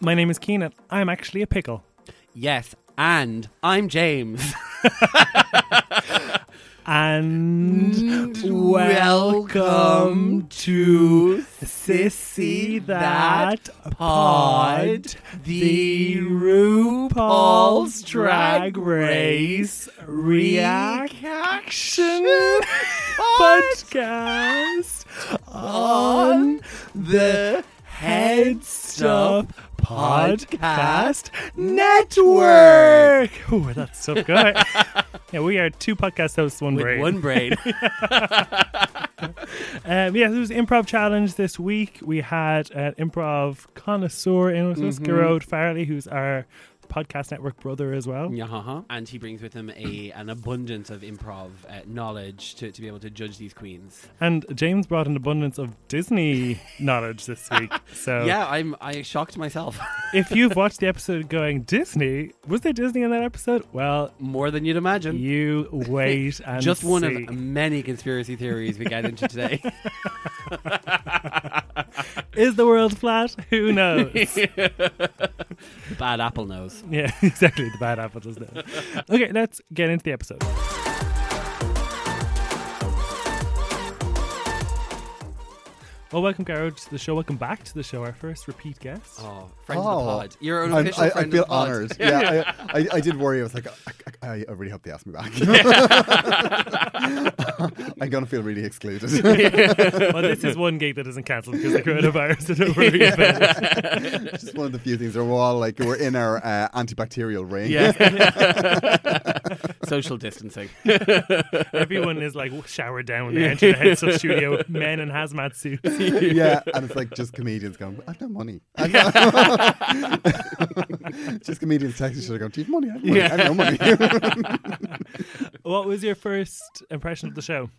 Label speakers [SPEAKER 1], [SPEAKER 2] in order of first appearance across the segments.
[SPEAKER 1] My name is Keenan. I'm actually a pickle.
[SPEAKER 2] Yes, and I'm James.
[SPEAKER 1] And welcome
[SPEAKER 2] to
[SPEAKER 1] Sissy That Pod, the
[SPEAKER 2] RuPaul's
[SPEAKER 1] RuPaul's Drag Race Reaction Podcast on the Head Stuff Podcast Network. Oh, that's so good. yeah, we are two podcast hosts, one
[SPEAKER 2] With
[SPEAKER 1] brain.
[SPEAKER 2] one brain.
[SPEAKER 1] Um, yeah, there was improv challenge this week. We had an improv connoisseur in with us, Gerard Farley, who's our podcast network brother as well.
[SPEAKER 2] Yeah, uh-huh. And he brings with him a, an abundance of improv uh, knowledge to, to be able to judge these queens.
[SPEAKER 1] And James brought an abundance of Disney knowledge this week. So
[SPEAKER 2] Yeah, I'm I shocked myself
[SPEAKER 1] if you've watched the episode going, Disney? Was there Disney in that episode? Well,
[SPEAKER 2] more than you'd imagine.
[SPEAKER 1] you wait and
[SPEAKER 2] Just one
[SPEAKER 1] see.
[SPEAKER 2] of many conspiracy theories we get into today.
[SPEAKER 1] Is the world flat? Who knows?
[SPEAKER 2] Bad apple knows.
[SPEAKER 1] yeah, exactly. The bad apple does that. Okay, let's get into the episode. Well, welcome, Garrod, to the show. Welcome back to the show. Our first repeat guest.
[SPEAKER 2] Oh, friend of
[SPEAKER 3] Oh.
[SPEAKER 2] the pod. You're an
[SPEAKER 3] I'm-
[SPEAKER 2] official
[SPEAKER 3] I, I
[SPEAKER 2] friend
[SPEAKER 3] feel
[SPEAKER 2] of the pod.
[SPEAKER 3] honored. Yeah, I, I, I did worry. I was like, I, I, I really hope they ask me back. I'm gonna feel really excluded.
[SPEAKER 1] well, this is one gig that isn't cancelled because of the coronavirus. So don't worry about it.
[SPEAKER 3] Just one of the few things where we're all like we're in our uh, antibacterial ring.
[SPEAKER 2] Social distancing.
[SPEAKER 1] Everyone is like showered down when they enter the heads of studio, men in hazmat suits.
[SPEAKER 3] yeah, and it's like just comedians going, I've no money. I've no-" just comedians texting each other going, Do you have money? I have money. I have no money.
[SPEAKER 1] What was your first impression of the show?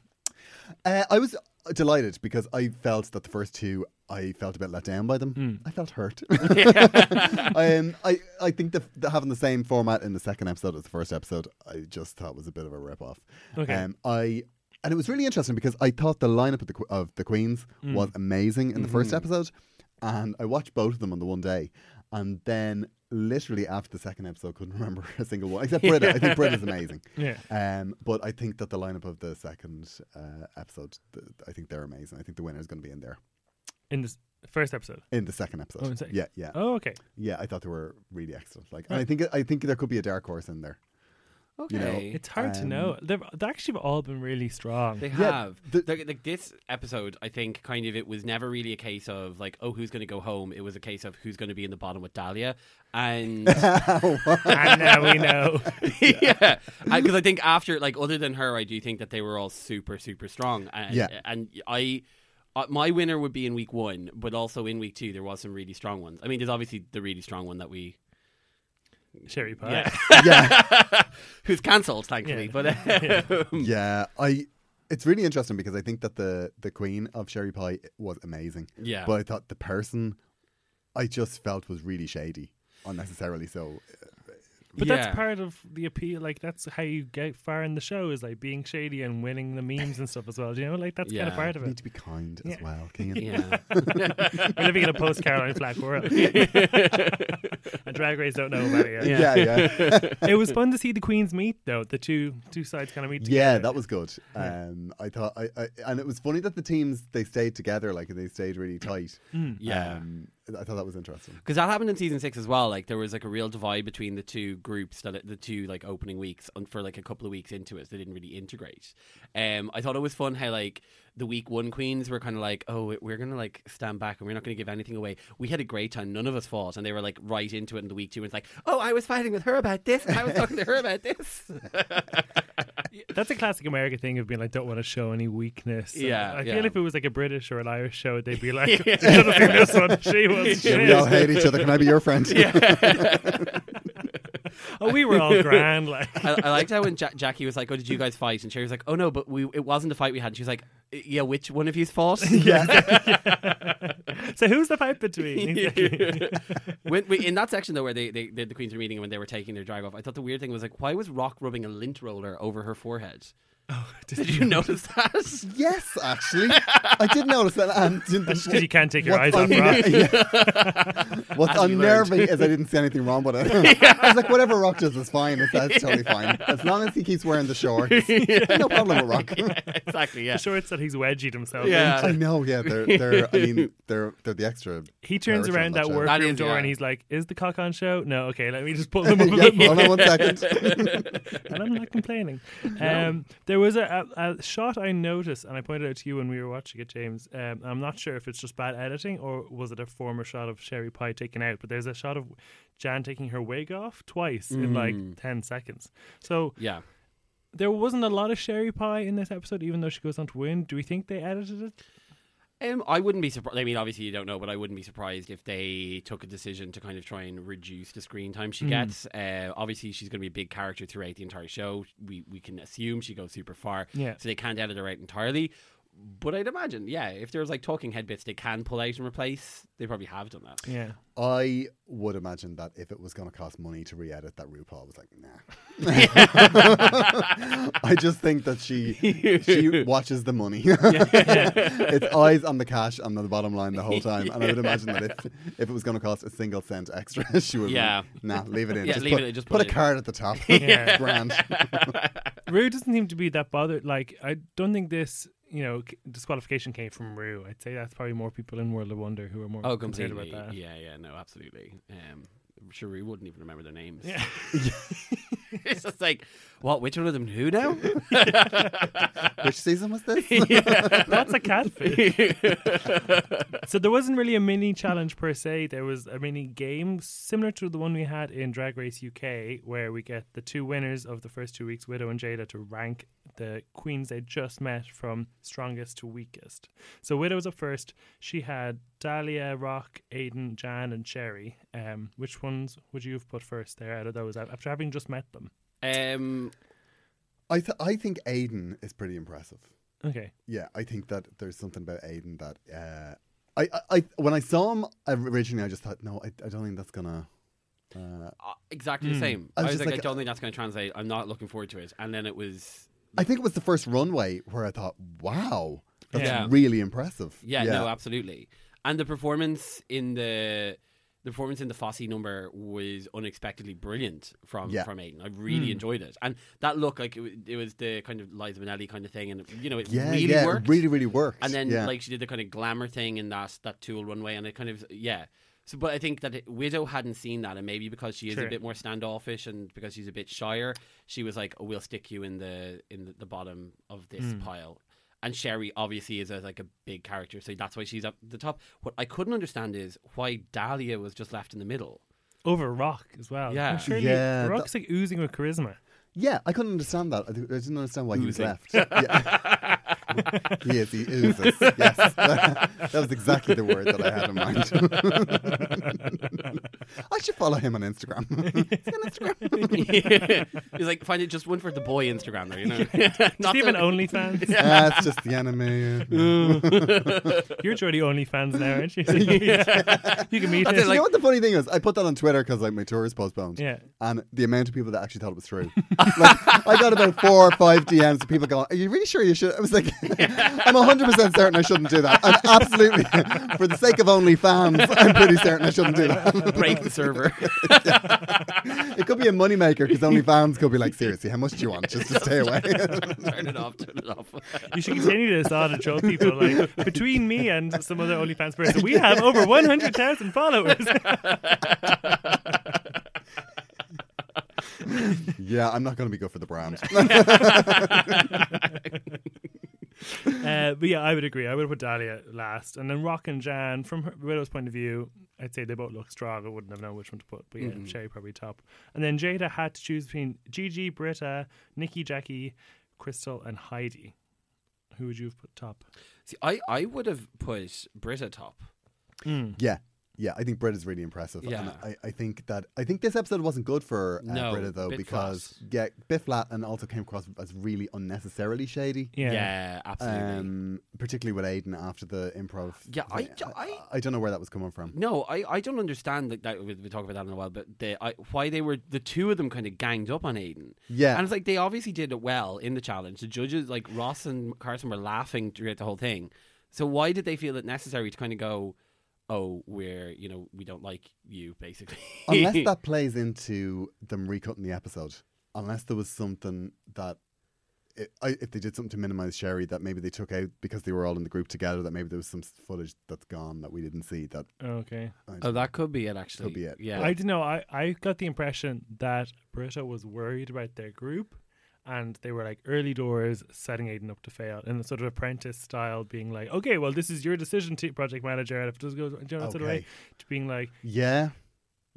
[SPEAKER 3] Uh, I was delighted because I felt that the first two I felt a bit let down by them. I felt hurt. um, I I think the, the having the same format in the second episode as the first episode, I just thought was a bit of a rip off.
[SPEAKER 1] Okay.
[SPEAKER 3] Um, I and it was really interesting because I thought the lineup of the que- of the Queens was amazing in the first episode, and I watched both of them on the one day, and then literally after the second episode, couldn't remember a single one except Britta. I think Britta's amazing.
[SPEAKER 1] Yeah.
[SPEAKER 3] Um, but I think that the lineup of the second uh, episode, th- I think they're amazing. I think the winner is going to be in there
[SPEAKER 1] In the s- first episode.
[SPEAKER 3] in the second episode.
[SPEAKER 1] Oh, in second.
[SPEAKER 3] Yeah, yeah,
[SPEAKER 1] Oh, okay.
[SPEAKER 3] yeah. I thought they were really excellent. Like, and I think I think there could be a dark horse in there.
[SPEAKER 2] Okay.
[SPEAKER 3] You know,
[SPEAKER 1] It's hard to
[SPEAKER 3] Um,
[SPEAKER 1] know. They've, they actually have all been really strong.
[SPEAKER 2] They
[SPEAKER 3] Yeah,
[SPEAKER 2] have.
[SPEAKER 3] the-
[SPEAKER 2] Like- like this episode, I think kind of it was never really a case of like, oh, who's going to go home. It was a case of who's going to be in the bottom with Dahlia. And
[SPEAKER 1] and now we know.
[SPEAKER 2] yeah, because I think after like other than her, I do think that they were all super super strong. And,
[SPEAKER 3] Yeah.
[SPEAKER 2] and I. Uh, my winner would be in week one, but also in week two there was some really strong ones. I mean, there's obviously the really strong one that we
[SPEAKER 1] Sherry Pie.
[SPEAKER 2] yeah,
[SPEAKER 3] yeah,
[SPEAKER 2] who's cancelled thankfully.
[SPEAKER 1] Yeah.
[SPEAKER 2] But uh,
[SPEAKER 3] yeah. I. It's really interesting because I think that the the queen of Sherry Pie was amazing.
[SPEAKER 2] Yeah.
[SPEAKER 3] But I thought the person, I just felt was really shady, unnecessarily so.
[SPEAKER 1] But
[SPEAKER 2] Yeah.
[SPEAKER 1] that's part of the appeal. Like, that's how you get far in the show is like being shady and winning the memes and stuff as well. Do you know? Like, that's kind
[SPEAKER 2] Yeah.
[SPEAKER 1] of part of
[SPEAKER 3] You need
[SPEAKER 1] it.
[SPEAKER 3] to be kind as
[SPEAKER 1] Yeah.
[SPEAKER 3] well, King.
[SPEAKER 2] yeah,
[SPEAKER 1] We're living in a post Caroline Flack world. and Drag Race don't know about it yet.
[SPEAKER 3] Yeah, yeah.
[SPEAKER 1] It was fun to see the Queens meet, though. The two two sides kind of meet together.
[SPEAKER 3] Yeah, that was good. Um, I thought, I, I, and it was funny that the teams they stayed together, like they stayed really
[SPEAKER 1] Mm.
[SPEAKER 3] tight.
[SPEAKER 2] yeah.
[SPEAKER 3] Um, I thought that was interesting.
[SPEAKER 2] Because that happened in season six as well. Like there was like a real divide between the two groups that the two like opening weeks and for like a couple of weeks into it, they didn't really integrate. Um, I thought it was fun how like the week one queens were kind of like, oh, we're gonna like stand back and we're not gonna give anything away. We had a great time. None of us fought, and they were like right into it in the week two. And it's like, oh, I was fighting with her about this. and I was talking to her about this.
[SPEAKER 1] That's a classic American thing of being like, don't want to show any weakness. And
[SPEAKER 2] Yeah,
[SPEAKER 1] I
[SPEAKER 2] yeah.
[SPEAKER 1] feel if it was like a British or an Irish show, they'd be like, "She doesn't think this one. She was
[SPEAKER 3] Yeah,
[SPEAKER 1] shit."
[SPEAKER 3] we all hate each other. Can I be your friend?
[SPEAKER 1] Oh, we were all grand. Like,
[SPEAKER 2] I, I liked how when ja- Jackie was like, oh, did you guys fight? And Sherry was like, oh no, but we it wasn't a fight we had. And she was like, yeah, which one of you's fought?
[SPEAKER 1] so who's the fight between? He's like-
[SPEAKER 2] when, we, in that section though, where they, they, they the queens were meeting and when they were taking their drag off, I thought the weird thing was like, why was Rock rubbing a lint roller over her forehead? Did you notice that?
[SPEAKER 3] Yes, actually, I did notice that. um, And
[SPEAKER 1] That's because you can't take your eyes off Rock.
[SPEAKER 3] Yeah. What's unnerving is I didn't see anything wrong with it. I was like, whatever Rock does is fine. It's, that's totally fine as long as he keeps wearing the shorts. No problem with Rock.
[SPEAKER 2] exactly. Yeah.
[SPEAKER 1] The shorts that he's wedgied himself
[SPEAKER 2] Yeah.
[SPEAKER 1] in.
[SPEAKER 3] I know. Yeah, they're they're. I mean, they're they're the extra.
[SPEAKER 1] He turns
[SPEAKER 3] Merch on
[SPEAKER 1] around
[SPEAKER 3] that
[SPEAKER 1] that
[SPEAKER 3] show.
[SPEAKER 1] workroom
[SPEAKER 2] That is,
[SPEAKER 1] door
[SPEAKER 2] yeah.
[SPEAKER 1] and he's like, "Is the cock on show? No, okay. Let me just pull them up a
[SPEAKER 3] Yeah,
[SPEAKER 1] bit more."
[SPEAKER 3] hold on one second.
[SPEAKER 1] and I'm not complaining. Um, there was a, a, a shot I noticed, and I pointed out to you when we were watching it, James. Um, I'm not sure if it's just bad editing or was it a former shot of Sherry Pie taken out, but there's a shot of Jan taking her wig off twice in
[SPEAKER 2] Mm.
[SPEAKER 1] like 10 seconds. So
[SPEAKER 2] Yeah.
[SPEAKER 1] there wasn't a lot of Sherry Pie in this episode, even though she goes on to win. Do we think they edited it?
[SPEAKER 2] Um, I wouldn't be surprised. I mean, obviously you don't know, but I wouldn't be surprised if they took a decision to kind of try and reduce the screen time she gets. Uh, obviously, she's going to be a big character throughout the entire show. We we can assume she goes super far,
[SPEAKER 1] Yeah.
[SPEAKER 2] so they can't edit her out entirely. But I'd imagine, yeah, if there's like talking head bits, they can pull out and replace. They probably have done that.
[SPEAKER 1] Yeah.
[SPEAKER 3] I would imagine that if it was going to cost money to re-edit, that RuPaul was like, nah. I just think that she she watches the money. it's eyes on the cash on the bottom line the whole time, and I would imagine that if if it was going to cost a single cent extra, she would. be
[SPEAKER 2] Yeah.
[SPEAKER 3] like, Nah, leave it in.
[SPEAKER 2] Yeah,
[SPEAKER 3] just
[SPEAKER 2] leave
[SPEAKER 3] put,
[SPEAKER 2] it in, just
[SPEAKER 3] put
[SPEAKER 2] put
[SPEAKER 3] a
[SPEAKER 2] it in."
[SPEAKER 3] card at the top.
[SPEAKER 1] Yeah.
[SPEAKER 3] Grand.
[SPEAKER 1] Rue doesn't seem to be that bothered. Like, I don't think this, you know, c- disqualification came from Rue. I'd say that's probably more people in World of Wonder who are more
[SPEAKER 2] Oh,
[SPEAKER 1] concerned
[SPEAKER 2] completely.
[SPEAKER 1] about that.
[SPEAKER 2] Yeah, yeah, no, absolutely. Um, I'm sure we wouldn't even remember their names.
[SPEAKER 1] Yeah.
[SPEAKER 2] it's just like, what? Which one of them? Who now?
[SPEAKER 3] Which season was this?
[SPEAKER 1] That's a catfish. so there wasn't really a mini challenge per se. There was a mini game similar to the one we had in Drag Race UK, where we get the two winners of the first two weeks, Widow and Jada, to rank the queens they just met from strongest to weakest. So Widow was up first. She had Dahlia, Rock, Aiden, Jan, and Sherry. Um, which ones would you have put first there out of those af- after having just met them?
[SPEAKER 2] um,
[SPEAKER 3] I th- I think Aiden is pretty impressive.
[SPEAKER 1] Okay.
[SPEAKER 3] Yeah, I think that there's something about Aiden that uh, I, I, I when I saw him originally, I just thought, no, I, I don't think that's gonna. Uh,
[SPEAKER 2] uh, exactly the same. I
[SPEAKER 3] I was
[SPEAKER 2] was,
[SPEAKER 3] just
[SPEAKER 2] like,
[SPEAKER 3] like-
[SPEAKER 2] I don't think that's going to translate. I'm not looking forward to it. And then it was,
[SPEAKER 3] I think it was the first runway where I thought, wow, that's
[SPEAKER 2] Yeah.
[SPEAKER 3] really impressive.
[SPEAKER 2] yeah, no, absolutely. And the performance in the the performance in the Fosse number was unexpectedly brilliant from
[SPEAKER 3] Yeah. Hmm.
[SPEAKER 2] from Aiden. I really enjoyed it, and that look like it, wa- it was the kind of Liza Minnelli kind of thing, and you know, it
[SPEAKER 3] yeah,
[SPEAKER 2] really
[SPEAKER 3] yeah,
[SPEAKER 2] worked.
[SPEAKER 3] It really, really worked.
[SPEAKER 2] and then
[SPEAKER 3] Yeah.
[SPEAKER 2] like she did the kind of glamour thing in that that tool runway and it kind of yeah so but i think that it- widow hadn't seen that and maybe because she is
[SPEAKER 1] Sure.
[SPEAKER 2] a bit more standoffish and because she's a bit shyer she was like oh, we'll stick you in the in the, the bottom of this
[SPEAKER 1] Hmm.
[SPEAKER 2] pile and sherry obviously is a, like a big character so that's why she's up the top what i couldn't understand is why dahlia was just left in the middle
[SPEAKER 1] Over Rock as well.
[SPEAKER 2] Yeah.
[SPEAKER 1] Surely
[SPEAKER 3] Yeah,
[SPEAKER 1] Rock's like oozing with charisma.
[SPEAKER 3] yeah, I couldn't understand that. I, d- I didn't understand why he was left. Yeah. he is, he oozes. Yes, that was exactly the word that I had in mind. I should follow him on Instagram. He's on Instagram.
[SPEAKER 2] he's like find it just one for the boy instagram there you know
[SPEAKER 1] Not
[SPEAKER 2] Not
[SPEAKER 1] even
[SPEAKER 2] the-
[SPEAKER 1] OnlyFans.
[SPEAKER 3] Ah, it's just the anime. yeah.
[SPEAKER 1] You're Jordy OnlyFans now, aren't you? Yeah. You can meet
[SPEAKER 2] That's
[SPEAKER 1] him.
[SPEAKER 2] it,
[SPEAKER 3] you
[SPEAKER 2] like-
[SPEAKER 3] know what the funny thing is? I put that on Twitter because like my tour is postponed.
[SPEAKER 1] Yeah.
[SPEAKER 3] And the amount of people that actually thought it was true. like, I got about four or five DMs of people going, Are you really sure you should? I was like, I'm 100% certain I shouldn't do that. I'm absolutely, for the sake of OnlyFans, I'm pretty certain I shouldn't do that.
[SPEAKER 2] break the server
[SPEAKER 3] it could be a moneymaker because OnlyFans could be like, Seriously, how much do you want just to stay away?
[SPEAKER 2] turn it off turn it off
[SPEAKER 1] You should continue this on and show people like between me and some other OnlyFans person, we have over 100,000 followers.
[SPEAKER 3] yeah, I'm not going to be good for the brand.
[SPEAKER 1] Uh, but yeah, I would agree. I would put Dahlia last, and then Rock and Jan. From her, Widow's point of view, I'd say they both look strong. I wouldn't have known which one to put, but yeah, Sherry probably top. And then Jada had to choose between Gigi, Britta, Nikki, Jackie, Crystal, and Heidi. Who would you have put top?
[SPEAKER 2] See, I, I would have put Britta top.
[SPEAKER 3] yeah. Yeah, I think Britta's really impressive. And
[SPEAKER 2] Yeah.
[SPEAKER 3] I, I think that I think this episode wasn't good for uh,
[SPEAKER 2] No,
[SPEAKER 3] Britta though
[SPEAKER 2] bit
[SPEAKER 3] because yeah, bit flat and also came across as really unnecessarily shady.
[SPEAKER 1] Yeah.
[SPEAKER 2] Yeah, absolutely.
[SPEAKER 3] Um, particularly with Aiden after the improv.
[SPEAKER 2] Yeah, I-
[SPEAKER 3] thing.
[SPEAKER 2] I-
[SPEAKER 3] I don't know where that was coming from.
[SPEAKER 2] No, I, I don't understand like that. We, we talk about that in a while, but the, I, why they were the two of them kind of ganged up on Aiden.
[SPEAKER 3] Yeah.
[SPEAKER 2] and it's like they obviously did it well in the challenge. The judges, like Ross and Carson, were laughing throughout the whole thing. So why did they feel it necessary to kind of go, "Oh, we're you know we don't like you," basically?
[SPEAKER 3] Unless that plays into them recutting the episode. Unless there was something that. i I, if they did something to minimize Sherry, that maybe they took out because they were all in the group together, that maybe there was some footage that's gone that we didn't see. That
[SPEAKER 1] Okay.
[SPEAKER 2] oh, that could be it. Actually,
[SPEAKER 3] Could be it.
[SPEAKER 2] Yeah,
[SPEAKER 1] I don't know. I, I got the impression that Britta was worried about their group and they were like early doors setting Aiden up to fail in the sort of apprentice style, being like, okay, well, this is your decision, te- project manager. And if it doesn't go, do you know, that sort of way,
[SPEAKER 3] Okay.
[SPEAKER 1] to being like,
[SPEAKER 3] yeah,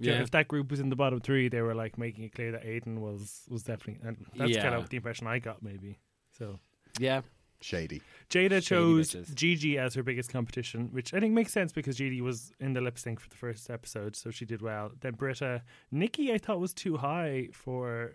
[SPEAKER 1] do you know,
[SPEAKER 2] yeah.
[SPEAKER 1] if that group was in the bottom three, they were like making it clear that Aiden was, was definitely, and that's kind
[SPEAKER 2] Yeah.
[SPEAKER 1] of the impression I got, maybe. So.
[SPEAKER 2] yeah.
[SPEAKER 3] shady.
[SPEAKER 1] Jada chose
[SPEAKER 2] bitches.
[SPEAKER 1] Gigi as her biggest competition, which I think makes sense because Gigi was in the lip sync for the first episode, so she did well. Then Britta, Nikki, I thought was too high for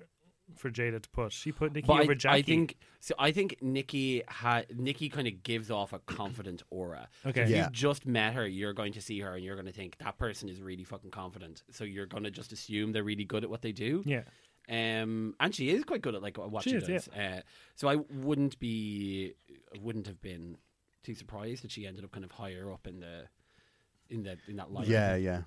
[SPEAKER 1] for Jada to put. She put Nikki
[SPEAKER 2] But
[SPEAKER 1] over
[SPEAKER 2] I,
[SPEAKER 1] Jackie.
[SPEAKER 2] I think so. I think Nikki ha- Nikki kind of gives off a confident aura.
[SPEAKER 1] Okay.
[SPEAKER 2] if
[SPEAKER 3] Yeah.
[SPEAKER 2] you've just met her, you're going to see her and you're going to think that person is really fucking confident. So you're going to just assume they're really good at what they do.
[SPEAKER 1] yeah,
[SPEAKER 2] Um, and she is quite good at like what she,
[SPEAKER 1] She is,
[SPEAKER 2] does. Uh, so I wouldn't be, wouldn't have been too surprised that she ended up kind of higher up in the, in the in that lineup.
[SPEAKER 3] Yeah, yeah.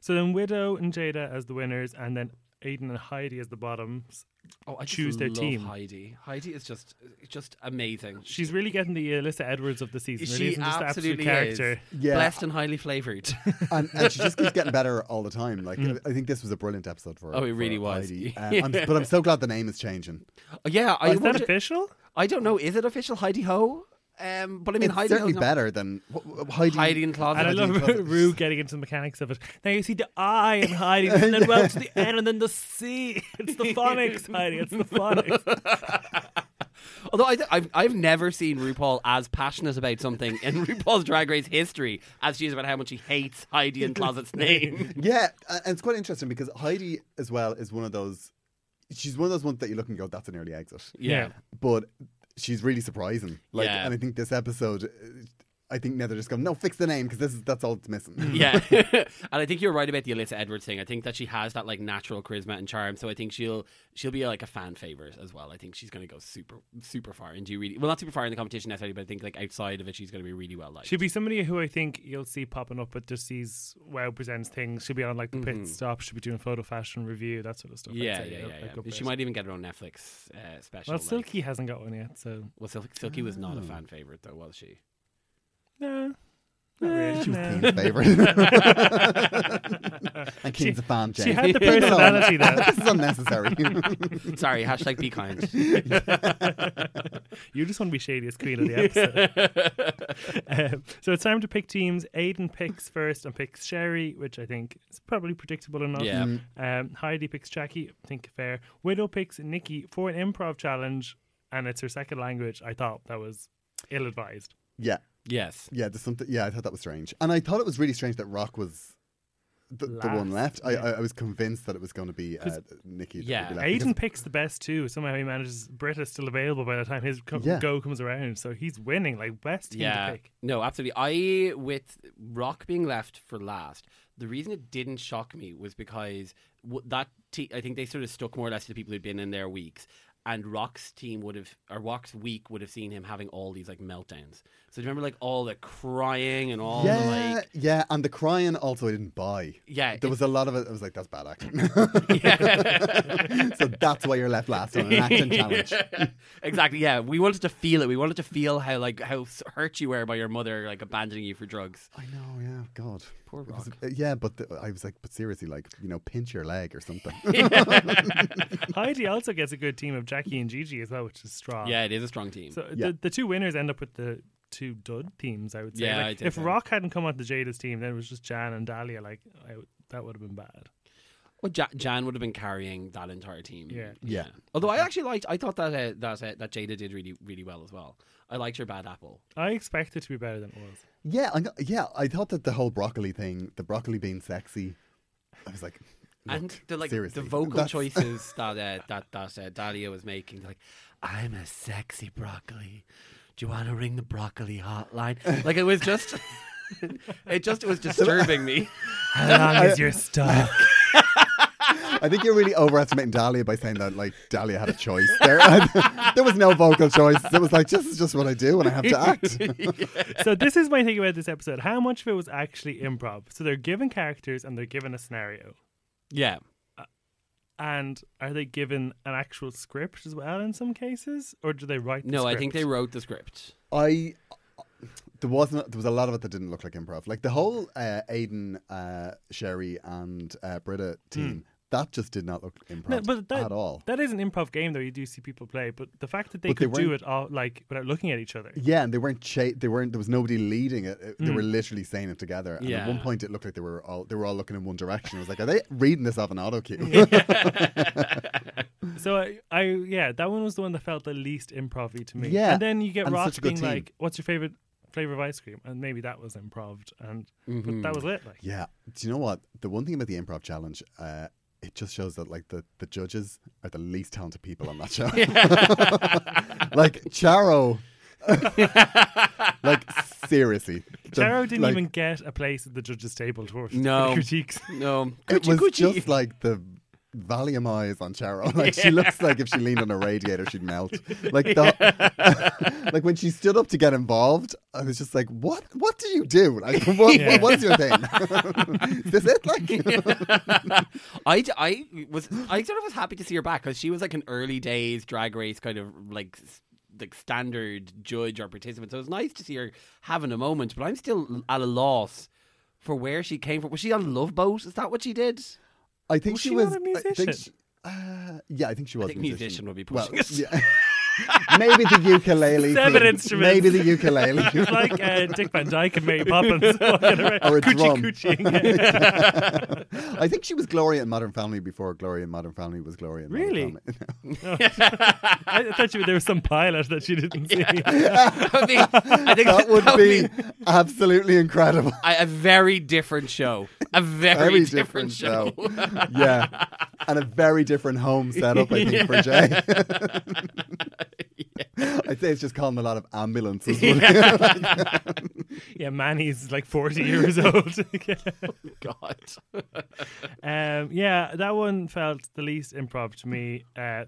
[SPEAKER 1] so then Widow and Jada as the winners, and then Aiden and Heidi as the bottoms.
[SPEAKER 2] Oh, I just
[SPEAKER 1] Choose their
[SPEAKER 2] love
[SPEAKER 1] team.
[SPEAKER 2] Heidi. Heidi is just, just amazing.
[SPEAKER 1] She's really getting the Alyssa Edwards of the season. Really,
[SPEAKER 2] she
[SPEAKER 1] isn't just an absolute
[SPEAKER 2] absolutely
[SPEAKER 1] character.
[SPEAKER 2] is.
[SPEAKER 3] Yeah.
[SPEAKER 2] Blessed and highly flavored. Uh,
[SPEAKER 3] and, and she just keeps getting better all the time. Like I think this was a brilliant episode for her.
[SPEAKER 2] Hmm. Oh, it
[SPEAKER 3] for
[SPEAKER 2] really was.
[SPEAKER 3] Heidi. Um, I'm- but I'm so glad the name is changing.
[SPEAKER 2] yeah, I
[SPEAKER 1] Is that
[SPEAKER 2] wonder-
[SPEAKER 1] official?
[SPEAKER 2] I don't know. Is it official Heidi Ho? Um, but I mean,
[SPEAKER 3] It's
[SPEAKER 2] Heidi
[SPEAKER 3] certainly
[SPEAKER 2] Ho's not-
[SPEAKER 3] better than wh- wh- Heidi.
[SPEAKER 2] Heidi in closet.
[SPEAKER 1] And I love
[SPEAKER 3] Heidi and Closet.
[SPEAKER 1] Rue getting into the mechanics of it. Now you see the I in Heidi, and then well to the N, and then the C. It's the phonics, Heidi. It's the phonics.
[SPEAKER 2] Although I th- I've, I've never seen RuPaul as passionate about something in RuPaul's Drag Race history as she is about how much she hates Heidi in Closet's name.
[SPEAKER 3] Yeah, a- and it's quite interesting because Heidi as well is one of those. She's one of those ones that you look and go, "That's an early exit,"
[SPEAKER 2] Yeah.
[SPEAKER 3] but she's really surprising. Like,
[SPEAKER 2] Yeah.
[SPEAKER 3] and I think this episode, uh, I think now they're just going, "No, fix the name," because this is that's all it's missing.
[SPEAKER 2] Yeah. and I think you're right about the Alyssa Edwards thing. I think that she has that like natural charisma and charm. So I think she'll she'll be like a fan favorite as well. I think she's gonna go super super far and do really well not super far in the competition necessarily, but I think like outside of it she's gonna be really well liked.
[SPEAKER 1] She'd be somebody who I think you'll see popping up at just these Wow Presents things. She'll be on like the pit stop. She'll be doing photo fashion review, that sort of stuff. I'd
[SPEAKER 2] Mm-hmm. yeah,
[SPEAKER 1] say,
[SPEAKER 2] yeah,
[SPEAKER 1] you know,
[SPEAKER 2] yeah,
[SPEAKER 1] like,
[SPEAKER 2] yeah.
[SPEAKER 1] up
[SPEAKER 2] She
[SPEAKER 1] there.
[SPEAKER 2] might even get her own Netflix uh, special.
[SPEAKER 1] Well,
[SPEAKER 2] like-
[SPEAKER 1] Silky hasn't got one yet, so
[SPEAKER 2] Well, Sil- Silky was not a
[SPEAKER 3] Hmm.
[SPEAKER 2] fan favorite, though, was she?
[SPEAKER 1] nah, not really.
[SPEAKER 3] She was
[SPEAKER 1] nah.
[SPEAKER 3] Keen's favorite. and Keen's a fan, Jane.
[SPEAKER 1] She had the personality though.
[SPEAKER 3] this is unnecessary.
[SPEAKER 2] Sorry, hashtag be kind.
[SPEAKER 1] You just want to be shadiest queen of the episode. um, so it's time to pick teams. Aiden picks first and picks Sherry, which I think is probably predictable enough.
[SPEAKER 2] Yeah.
[SPEAKER 3] Mm-hmm.
[SPEAKER 1] Um, Heidi picks Jackie, I think fair. Widow picks Nikki for an improv challenge, and it's her second language. I thought that was ill advised.
[SPEAKER 3] yeah,
[SPEAKER 2] Yes.
[SPEAKER 3] Yeah, there's something. Yeah, I thought that was strange, and I thought it was really strange that Rock was the, the one
[SPEAKER 1] Last,
[SPEAKER 3] left. I,
[SPEAKER 1] yeah.
[SPEAKER 3] I, I was convinced that it was going to be uh, Nikki. that would
[SPEAKER 2] yeah,
[SPEAKER 3] be left,
[SPEAKER 1] Aiden
[SPEAKER 3] because-
[SPEAKER 1] picks the best too. Somehow he manages. Britta's still available by the time his co-
[SPEAKER 3] Yeah.
[SPEAKER 1] go comes around, so he's winning. Like best team to
[SPEAKER 2] Yeah.
[SPEAKER 1] pick.
[SPEAKER 2] No, absolutely. I with Rock being left for last. The reason it didn't shock me was because w- that te- I think they sort of stuck more or less to the people who'd been in their weeks. And Rock's team would have, or Rock's week would have seen him having all these like meltdowns. So do you remember like all the crying and all
[SPEAKER 3] Yeah,
[SPEAKER 2] the like,
[SPEAKER 3] yeah, and the crying also I didn't buy.
[SPEAKER 2] yeah,
[SPEAKER 3] There
[SPEAKER 2] it-
[SPEAKER 3] was a lot of it. I was like, "That's bad acting."
[SPEAKER 2] yeah.
[SPEAKER 3] so that's why you're left last on an acting challenge.
[SPEAKER 2] exactly. Yeah, we wanted to feel it. We wanted to feel how like how s- hurt you were by your mother like abandoning you for drugs.
[SPEAKER 3] I know. Yeah. God.
[SPEAKER 2] Poor
[SPEAKER 3] It was-
[SPEAKER 2] Rock.
[SPEAKER 3] uh, yeah, but the, I was like, "But seriously, like, you know, pinch your leg or something."
[SPEAKER 1] Heidi also gets a good team of Jackie and Gigi as well, which is strong.
[SPEAKER 2] Yeah, it is a strong team.
[SPEAKER 1] Uh, So
[SPEAKER 3] Yeah.
[SPEAKER 1] the, the two winners end up with the two dud teams, I would say.
[SPEAKER 2] Yeah,
[SPEAKER 1] Like,
[SPEAKER 2] I think
[SPEAKER 1] if
[SPEAKER 2] so.
[SPEAKER 1] Rock hadn't come onto Jada's team, then it was just Jan and Dahlia. Like I w that would have been bad.
[SPEAKER 2] Well, Jan, Jan would have been carrying that entire team.
[SPEAKER 1] Yeah.
[SPEAKER 3] Yeah.
[SPEAKER 2] Although I actually liked, I thought that uh, that uh, that Jada did really really well as well. I liked your bad apple.
[SPEAKER 1] I expect it to be better than it was.
[SPEAKER 3] Yeah, I know, yeah. I thought that the whole broccoli thing, the broccoli being sexy, I was like, look,
[SPEAKER 2] and the like
[SPEAKER 3] seriously,
[SPEAKER 2] the vocal
[SPEAKER 3] that's-
[SPEAKER 2] choices that uh, that that uh, Dahlia was making, like "I'm a sexy broccoli. Do you want to ring the broccoli hotline?" Like it was just, it just was disturbing me.
[SPEAKER 1] How long is your stock?
[SPEAKER 3] I think you're really overestimating Dahlia by saying that like Dahlia had a choice there. there was no vocal choice. It was like this is just what I do when I have to act.
[SPEAKER 1] so this is my thing about this episode. How much of it was actually improv? So they're given characters and they're given a scenario.
[SPEAKER 2] Yeah,
[SPEAKER 1] And are they given an actual script as well in some cases? Or do they write the
[SPEAKER 2] no, I think they
[SPEAKER 1] script?
[SPEAKER 2] wrote the script.
[SPEAKER 3] I there wasn't there was a lot of it that didn't look like improv. Like the whole uh, Aiden, uh, Sherry, and uh, Britta team that just did not look improv
[SPEAKER 1] Hmm. No, but that,
[SPEAKER 3] at all.
[SPEAKER 1] That is an improv game though. You do see people play, but the fact that they
[SPEAKER 3] But they
[SPEAKER 1] could do
[SPEAKER 3] weren't-
[SPEAKER 1] it all like without looking at each other.
[SPEAKER 3] yeah, and they weren't. Cha- they weren't. There was nobody leading it. It- They
[SPEAKER 1] Mm.
[SPEAKER 3] were literally saying it together. And at one
[SPEAKER 2] Yeah.
[SPEAKER 3] point, it looked like they were all. They were all looking in one direction. I was like, "Are they reading this off an auto cue?"
[SPEAKER 1] So I, I, yeah, that one was the one that felt the least improv to me.
[SPEAKER 3] Yeah,
[SPEAKER 1] and then you get
[SPEAKER 3] and
[SPEAKER 1] Ross
[SPEAKER 3] such a good
[SPEAKER 1] being
[SPEAKER 3] team.
[SPEAKER 1] like, "What's your favorite flavor of ice cream?" And maybe that was improv, and but
[SPEAKER 2] Mm-hmm.
[SPEAKER 1] that was it. Like,
[SPEAKER 3] Yeah. Do you know what? The one thing about the improv challenge, uh, it just shows that like the, the judges are the least talented people on that show. like Charo. like seriously. The-
[SPEAKER 1] Charo didn't
[SPEAKER 3] like,
[SPEAKER 1] even get a place at the judges' table to watch
[SPEAKER 2] No.
[SPEAKER 1] critiques.
[SPEAKER 2] No,
[SPEAKER 3] it
[SPEAKER 2] Gucci,
[SPEAKER 3] was
[SPEAKER 2] Gucci.
[SPEAKER 3] just like the Valium eyes on Charo. Like she looks like if she leaned on a radiator, she'd melt. Like the, like when she stood up to get involved, I was just like, "What? What do you do? Like, what?
[SPEAKER 1] Yeah.
[SPEAKER 3] What's your thing? Is this it? Like,
[SPEAKER 2] I, d- I was I sort of was happy to see her back because she was like an early days drag race kind of like s- like standard judge or participant. So it was nice to see her having a moment. But I'm still l- at a loss for where she came from. Was she on Love Boat? Is that what she did?
[SPEAKER 3] I think
[SPEAKER 1] Was
[SPEAKER 3] she
[SPEAKER 1] she
[SPEAKER 3] was
[SPEAKER 1] not a
[SPEAKER 3] I think
[SPEAKER 1] musician?
[SPEAKER 3] she- uh, yeah, I think she was.
[SPEAKER 2] think
[SPEAKER 3] a
[SPEAKER 2] musician would be pushing
[SPEAKER 3] well,
[SPEAKER 2] us.
[SPEAKER 3] yeah. Maybe the ukulele.
[SPEAKER 1] Seven
[SPEAKER 3] thing.
[SPEAKER 1] instruments.
[SPEAKER 3] Maybe the ukulele.
[SPEAKER 1] It's like uh, Dick Van Dyke and Mary Poppins walking around,
[SPEAKER 3] Or a
[SPEAKER 1] coochie
[SPEAKER 3] drum.
[SPEAKER 1] coochieing. Yeah.
[SPEAKER 3] I think she was Gloria in Modern Family before Gloria in Modern Family was Gloria in
[SPEAKER 1] Really?
[SPEAKER 3] Modern Family.
[SPEAKER 1] I thought she, there was some pilot that she didn't see.
[SPEAKER 2] I, mean, I think
[SPEAKER 3] that would be absolutely incredible.
[SPEAKER 2] a, a very different show. A very,
[SPEAKER 3] Very
[SPEAKER 2] different,
[SPEAKER 3] different
[SPEAKER 2] show.
[SPEAKER 3] yeah. And a very different home setup, I think, for Jay. I'd say it's just calling a lot of ambulances.
[SPEAKER 1] Yeah, Manny's like forty years old.
[SPEAKER 2] Oh, God.
[SPEAKER 1] um, yeah, that one felt the least improv to me. Uh,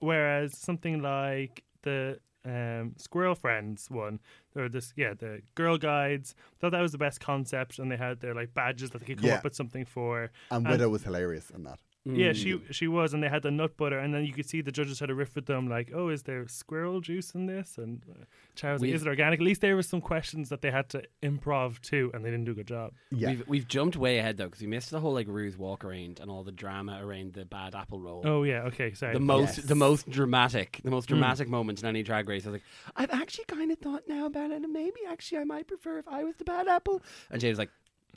[SPEAKER 1] whereas something like the um, Squirrel Friends one, or this, yeah, the Girl Guides, thought that was the best concept, and they had their like badges that they could come
[SPEAKER 3] Yeah.
[SPEAKER 1] up with something for.
[SPEAKER 3] And Widow was hilarious in that.
[SPEAKER 2] Mm.
[SPEAKER 1] Yeah, she she was, and they had the nut butter, and then you could see the judges had a riff with them, like, "Oh, is there squirrel juice in this?" And uh, Charles, like,
[SPEAKER 2] We've-
[SPEAKER 1] "Is it organic?" At least there were some questions that they had to improv too, and they didn't do a good job.
[SPEAKER 3] Yeah.
[SPEAKER 2] We've, we've jumped way ahead though because we missed the whole like Rue's walk around and all the drama around the bad apple roll.
[SPEAKER 1] Oh Hmm. yeah, okay, sorry.
[SPEAKER 2] the most
[SPEAKER 3] Yes.
[SPEAKER 2] the most dramatic the most dramatic moments in any drag race. I was like, I've actually kind of thought now about it, and maybe actually I might prefer if I was the bad apple. And Jada's like,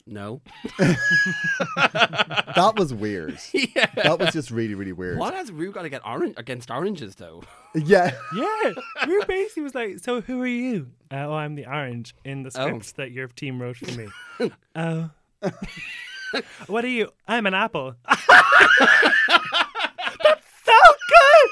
[SPEAKER 2] no,
[SPEAKER 3] That was weird. That was just really, really weird.
[SPEAKER 2] what has Rue got to get orange against oranges though?
[SPEAKER 3] Yeah.
[SPEAKER 1] yeah, Rue basically was like, "So who are you?" Uh, oh, I'm the orange in the
[SPEAKER 2] Oh.
[SPEAKER 1] scripts that your team wrote for me. oh, what are you? I'm an apple. That's so good.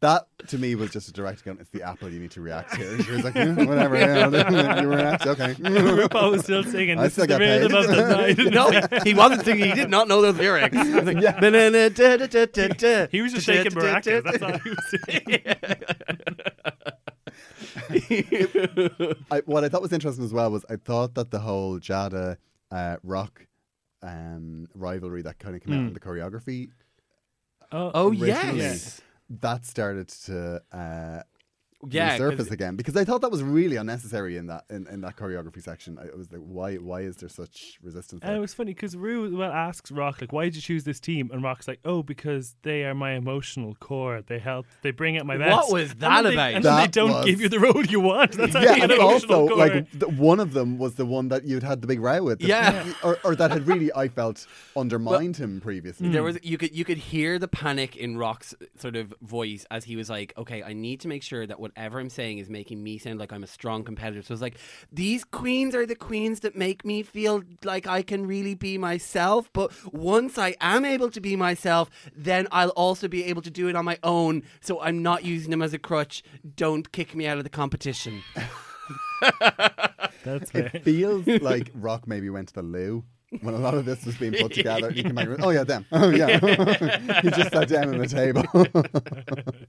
[SPEAKER 3] That to me was just a direct gun. It's the apple you need to react to. And she was like, "Yeah, whatever. yeah, I'll- you react. Okay.
[SPEAKER 1] RuPaul was still singing.
[SPEAKER 3] I
[SPEAKER 1] This
[SPEAKER 3] still
[SPEAKER 1] is the
[SPEAKER 3] got paid.
[SPEAKER 1] rhythm of the night.
[SPEAKER 2] no, he, he wasn't thinking. He did not know those lyrics. He was like, "Da-na-na-da-da-da-da-da."
[SPEAKER 1] He was just shaking maracas. That's all he was doing.
[SPEAKER 3] I, what I thought was interesting as well was I thought that the whole Jada uh, rock um, rivalry that kind of
[SPEAKER 2] Hmm.
[SPEAKER 3] came out in the choreography
[SPEAKER 1] Oh,
[SPEAKER 2] Oh
[SPEAKER 3] originally,
[SPEAKER 2] yes.
[SPEAKER 3] that started to uh,
[SPEAKER 2] Yeah, 'cause-
[SPEAKER 3] resurface again because I thought that was really unnecessary in that in, in that choreography section. I, it was like, why why is there such resistance?
[SPEAKER 1] And it
[SPEAKER 2] Oh,
[SPEAKER 3] there?
[SPEAKER 1] was funny because Rue as well asks Rock like, "Why did you choose this team?" And Rock's like, "Oh, because they are my emotional core. They help. They bring out my
[SPEAKER 2] What
[SPEAKER 1] best."
[SPEAKER 2] was
[SPEAKER 1] And
[SPEAKER 2] that
[SPEAKER 1] then they-
[SPEAKER 2] about?
[SPEAKER 1] and then
[SPEAKER 3] That
[SPEAKER 1] they don't
[SPEAKER 3] was-
[SPEAKER 1] give you the road you want. That's how
[SPEAKER 3] yeah,
[SPEAKER 1] you
[SPEAKER 3] and
[SPEAKER 1] get an
[SPEAKER 3] also
[SPEAKER 1] emotional core.
[SPEAKER 3] like the, one of them was the one that you'd had the big row with, that-
[SPEAKER 2] Yeah.
[SPEAKER 3] or, or that had really I felt undermined him previously.
[SPEAKER 2] There was you could you could hear the panic in Rock's sort of voice as he was like, "Okay, I need to make sure that whatever I'm saying is making me sound like I'm a strong competitor." So it's like, "These queens are the queens that make me feel like I can really be myself, but once I am able to be myself, then I'll also be able to do it on my own, so I'm not using them as a crutch. Don't kick me out of the competition."
[SPEAKER 1] That's fair.
[SPEAKER 3] It feels like Rock maybe went to the loo when a lot of this was being put together. He came back and went, oh yeah, them. Oh yeah, he just sat down on the table.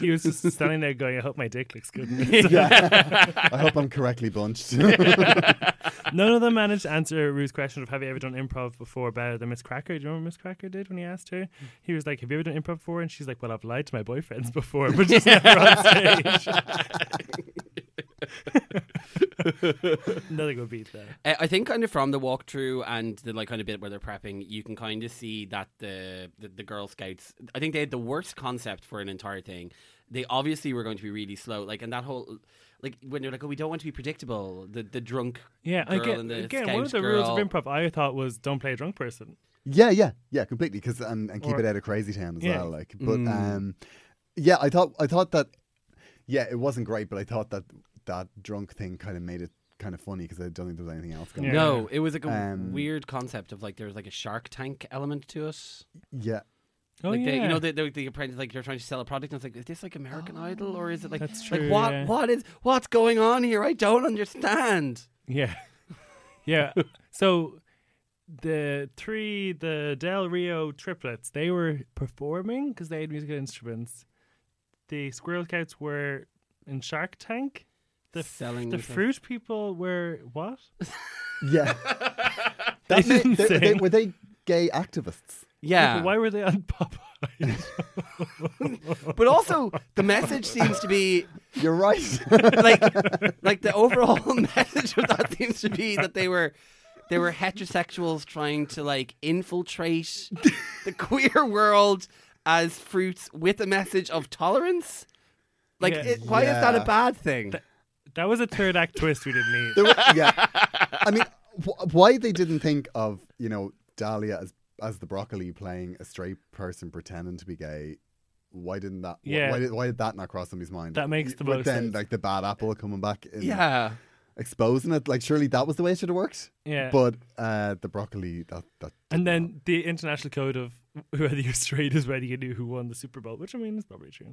[SPEAKER 1] He was just standing there going, "I hope my dick looks good."
[SPEAKER 3] I hope I'm correctly bunched.
[SPEAKER 1] None of them managed to answer Rue's question of have you ever done improv before better than Miss Cracker. Do you remember what Miss Cracker did when he asked her?
[SPEAKER 2] Hmm.
[SPEAKER 1] He was like, Have you ever done improv before? And she's like, Well, I've lied to my boyfriends before, but just never on stage. Nothing will beat that.
[SPEAKER 2] Uh, I think kind of from the walkthrough and the like kind of bit where they're prepping, you can kind of see that the, the the Girl Scouts. I think they had the worst concept for an entire thing. They obviously were going to be really slow, like and that whole like when they're like, oh, we don't want to be predictable. The the drunk
[SPEAKER 1] Yeah,
[SPEAKER 2] girl
[SPEAKER 1] again,
[SPEAKER 2] and the
[SPEAKER 1] again
[SPEAKER 2] scout
[SPEAKER 1] one of the
[SPEAKER 2] girl.
[SPEAKER 1] rules of improv I thought was don't play a drunk person.
[SPEAKER 3] Yeah, yeah, yeah, completely. Because and, and keep
[SPEAKER 1] Or-
[SPEAKER 3] it out of Crazy Town as
[SPEAKER 1] Yeah. Mm.
[SPEAKER 3] well. Like, but um, yeah, I thought I thought that yeah, it wasn't great, but I thought that that drunk thing kind of made it kind of funny because I don't think there was anything else going.
[SPEAKER 1] Yeah.
[SPEAKER 3] on.
[SPEAKER 2] No, it was like a
[SPEAKER 3] Um,
[SPEAKER 2] weird concept of like there was like a Shark Tank element to it.
[SPEAKER 3] Yeah,
[SPEAKER 1] Oh,
[SPEAKER 2] like
[SPEAKER 1] yeah. Oh,
[SPEAKER 2] they, you know, the, the, the apprentice, like you're trying to sell a product, and it's like, is this like American Idol or is it like,
[SPEAKER 1] That's
[SPEAKER 2] like
[SPEAKER 1] true,
[SPEAKER 2] what
[SPEAKER 1] yeah.
[SPEAKER 2] what is what's going on here? I don't understand.
[SPEAKER 1] Yeah. Yeah. so the three, the Del Rio triplets, they were performing because they had musical instruments. The Squirrel Scouts were in Shark Tank. The, f-
[SPEAKER 2] Selling
[SPEAKER 1] the
[SPEAKER 3] Mm-hmm.
[SPEAKER 2] yourself.
[SPEAKER 1] fruit people were what?
[SPEAKER 3] yeah. that
[SPEAKER 1] They
[SPEAKER 3] ma-
[SPEAKER 1] didn't
[SPEAKER 3] they- they-
[SPEAKER 1] sing.
[SPEAKER 3] were they gay activists?
[SPEAKER 2] Yeah.
[SPEAKER 1] But why were they on Popeye?
[SPEAKER 2] But also, the message seems to be
[SPEAKER 3] You're right.
[SPEAKER 2] like, like the overall message of that seems to be that they were, they were heterosexuals trying to like infiltrate the queer world as fruits with a message of tolerance. Like,
[SPEAKER 1] Yeah.
[SPEAKER 2] it, why is that
[SPEAKER 3] Yeah.
[SPEAKER 2] a bad thing?
[SPEAKER 1] that was a third act twist we didn't need.
[SPEAKER 3] There were- yeah, I mean, wh- why they didn't think of you know Dahlia as as the broccoli playing a straight person pretending to be gay? Why didn't that? wh-
[SPEAKER 1] Yeah.
[SPEAKER 3] Why did, why did that not cross somebody's mind?
[SPEAKER 1] That makes the
[SPEAKER 3] But
[SPEAKER 1] most
[SPEAKER 3] then,
[SPEAKER 1] sense.
[SPEAKER 3] like the bad apple coming back, in,
[SPEAKER 2] yeah.
[SPEAKER 3] exposing it. Like surely that was the way it should have worked.
[SPEAKER 1] Yeah.
[SPEAKER 3] But uh, the broccoli, that that
[SPEAKER 1] and then the international code of whether you're straight is whether you knew who won the Super Bowl, which I mean is probably true.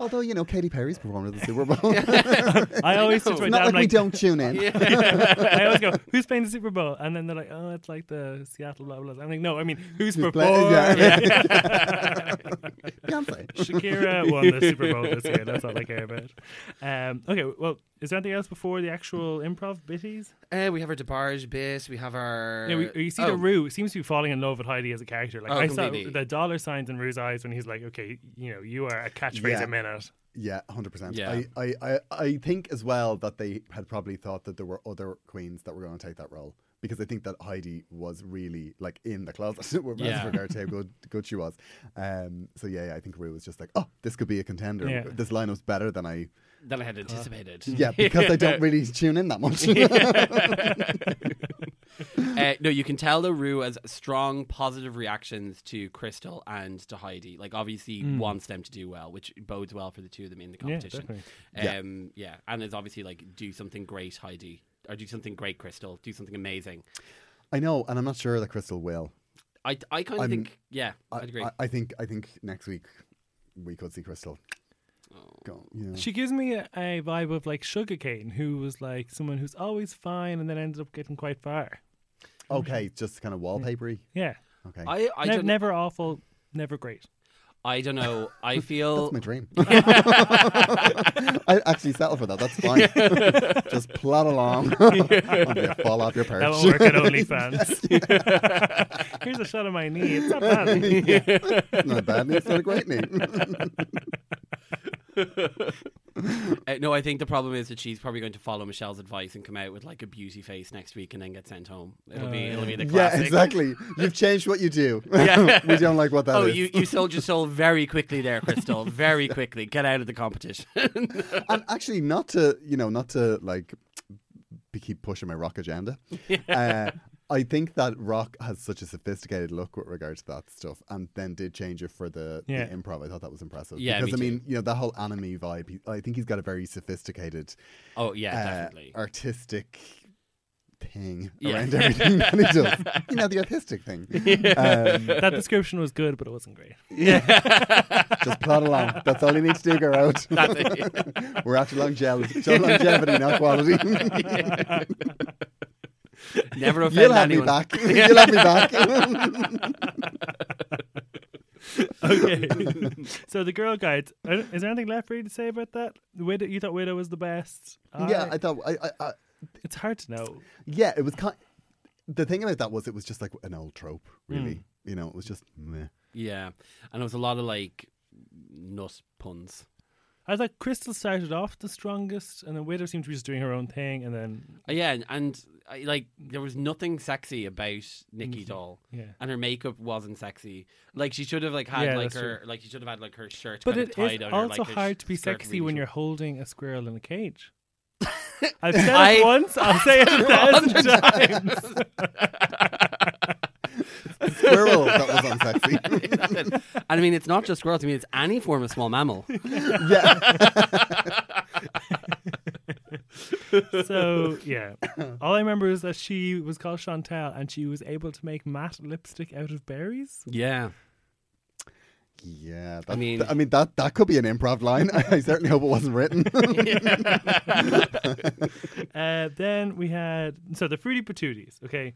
[SPEAKER 3] although you know Katy Perry's performed at the Super Bowl.
[SPEAKER 1] I always just write
[SPEAKER 3] Not
[SPEAKER 1] down
[SPEAKER 3] like, we
[SPEAKER 1] like
[SPEAKER 3] don't tune in.
[SPEAKER 1] I always go, who's playing the Super Bowl? And then they're like, oh, it's like the Seattle blah blah. blah." I'm like, no, I mean, who's performing?
[SPEAKER 3] playing- yeah.
[SPEAKER 1] Yeah.
[SPEAKER 3] Beyonce.
[SPEAKER 1] Shakira won the Super Bowl this year. That's all I care about. Um, okay, well, is there anything else before the actual improv bitties?
[SPEAKER 2] Uh, we have our debarge bit. We have our.
[SPEAKER 1] Yeah, we, you see
[SPEAKER 2] Oh,
[SPEAKER 1] the Rue seems to be falling in love with Heidi as a character. Like
[SPEAKER 2] Oh,
[SPEAKER 1] I
[SPEAKER 2] completely.
[SPEAKER 1] saw the dollar signs in Rue's eyes when he's like, okay, you know, you are a catchphrase
[SPEAKER 3] Yeah.
[SPEAKER 1] a minute.
[SPEAKER 3] Yeah, hundred percent.
[SPEAKER 2] Yeah.
[SPEAKER 3] I, I, I, I think as well that they had probably thought that there were other queens that were going to take that role because I think that Heidi was really like in the closet with
[SPEAKER 2] Yeah.
[SPEAKER 3] yeah. regards to how good, good she was. Um, so yeah, yeah, I think Rue was just like, oh, this could be a contender.
[SPEAKER 1] Yeah.
[SPEAKER 3] This lineup's better than I.
[SPEAKER 2] That I had anticipated.
[SPEAKER 1] Mm.
[SPEAKER 3] Yeah, because I don't really tune in that much.
[SPEAKER 2] uh, no, you can tell the Rue has strong positive reactions to Crystal and to Heidi. Like, obviously,
[SPEAKER 1] Hmm.
[SPEAKER 2] wants them to do well, which bodes well for the two of them in the competition.
[SPEAKER 1] definitely.
[SPEAKER 3] Yeah.
[SPEAKER 2] um, yeah. and it's obviously like do something great, Heidi, or do something great, Crystal, do something amazing.
[SPEAKER 3] I know, and I'm not sure that Crystal will.
[SPEAKER 2] I, I kind of
[SPEAKER 3] I'm-
[SPEAKER 2] think, yeah, I,
[SPEAKER 3] I,
[SPEAKER 2] would agree.
[SPEAKER 3] I, I think, I think next week we could see Crystal.
[SPEAKER 2] Oh.
[SPEAKER 3] Go, you know.
[SPEAKER 1] She gives me a, a vibe of like Sugarcane, who was like someone who's always fine and then ended up getting quite far.
[SPEAKER 3] Okay, just kind of wallpapery.
[SPEAKER 1] Yeah,
[SPEAKER 3] Okay,
[SPEAKER 2] I, I,
[SPEAKER 1] Ne-
[SPEAKER 2] don't,
[SPEAKER 1] never awful, never great.
[SPEAKER 2] I don't know. I
[SPEAKER 3] That's
[SPEAKER 2] feel
[SPEAKER 3] my dream. I actually settle for that. That's fine. Just plod along until you fall off your perch.
[SPEAKER 1] That won't work at OnlyFans. Here's a shot of my knee. It's not bad.
[SPEAKER 3] not a bad name, it's not a great name.
[SPEAKER 2] Uh, no, I think the problem is that she's probably going to follow Michelle's advice and come out with like a beauty face next week and then get sent home. It'll
[SPEAKER 1] Oh,
[SPEAKER 2] be it'll be the
[SPEAKER 3] yeah,
[SPEAKER 2] classic.
[SPEAKER 3] exactly. You've changed what you do.
[SPEAKER 2] Yeah.
[SPEAKER 3] we don't like what that
[SPEAKER 2] Oh,
[SPEAKER 3] is.
[SPEAKER 2] you, you sold your soul very quickly there, Crystal. Very quickly. Get out of the competition.
[SPEAKER 3] and actually, not to you know, not to like be keep pushing my rock agenda. Uh, I think that rock has such a sophisticated look with regard to that stuff, and then did change it for the,
[SPEAKER 1] Yeah.
[SPEAKER 3] the improv. I thought that was impressive.
[SPEAKER 2] Yeah,
[SPEAKER 3] because
[SPEAKER 2] me
[SPEAKER 3] I mean, you know, that whole anime vibe. he- I think he's got a very sophisticated,
[SPEAKER 2] oh yeah,
[SPEAKER 3] uh,
[SPEAKER 2] definitely.
[SPEAKER 3] artistic thing
[SPEAKER 2] Yeah.
[SPEAKER 3] around everything that he does. You know, the artistic thing. Um,
[SPEAKER 1] that description was good, but it wasn't great.
[SPEAKER 3] just plod along. That's all you need to do, Garrod. We're after longevity, it's all longevity, not quality.
[SPEAKER 2] Never offend
[SPEAKER 3] You'll have
[SPEAKER 2] anyone.
[SPEAKER 3] me back. You'll have me back.
[SPEAKER 1] Okay. so the girl guides. I don't- Is there anything left for you to say about that? Widow, you thought Widow was the best.
[SPEAKER 3] yeah,
[SPEAKER 1] I-
[SPEAKER 3] I thought. I, I, I,
[SPEAKER 1] it's hard to know.
[SPEAKER 3] yeah, it was kind. The thing about that was it was just like an old trope, really.
[SPEAKER 2] Hmm.
[SPEAKER 3] You know, it was just meh.
[SPEAKER 2] Yeah. And it was a lot of like nut puns.
[SPEAKER 1] I thought Crystal started off the strongest, and then Widow seemed to be just doing her own thing, and then
[SPEAKER 2] Uh, yeah, and, and I, like there was nothing sexy about
[SPEAKER 1] Mm-hmm.
[SPEAKER 2] Nikki doll.
[SPEAKER 1] yeah.
[SPEAKER 2] And her makeup wasn't sexy. Like she should have like had
[SPEAKER 1] Yeah,
[SPEAKER 2] like
[SPEAKER 1] that's
[SPEAKER 2] her like she should have had like her shirt
[SPEAKER 1] But
[SPEAKER 2] kind
[SPEAKER 1] it
[SPEAKER 2] of tied
[SPEAKER 1] is
[SPEAKER 2] on her,
[SPEAKER 1] also
[SPEAKER 2] like, her
[SPEAKER 1] hard to be
[SPEAKER 2] skirt
[SPEAKER 1] sexy
[SPEAKER 2] really
[SPEAKER 1] when
[SPEAKER 2] short.
[SPEAKER 1] you're holding a squirrel in a cage. I've said
[SPEAKER 2] I-
[SPEAKER 1] it once. I'll say it a thousand times.
[SPEAKER 3] Squirrel that was unsexy.
[SPEAKER 2] and I mean, it's not just squirrels. I mean, it's any form of small mammal.
[SPEAKER 3] yeah,
[SPEAKER 1] So yeah, all I remember is that she was called Chantel, and she was able to make matte lipstick out of berries.
[SPEAKER 2] Yeah.
[SPEAKER 3] yeah. That, I
[SPEAKER 2] mean-
[SPEAKER 3] mean, I mean that that could be an improv line. I certainly hope it wasn't written.
[SPEAKER 1] Uh, then we had so the fruity patooties. Okay,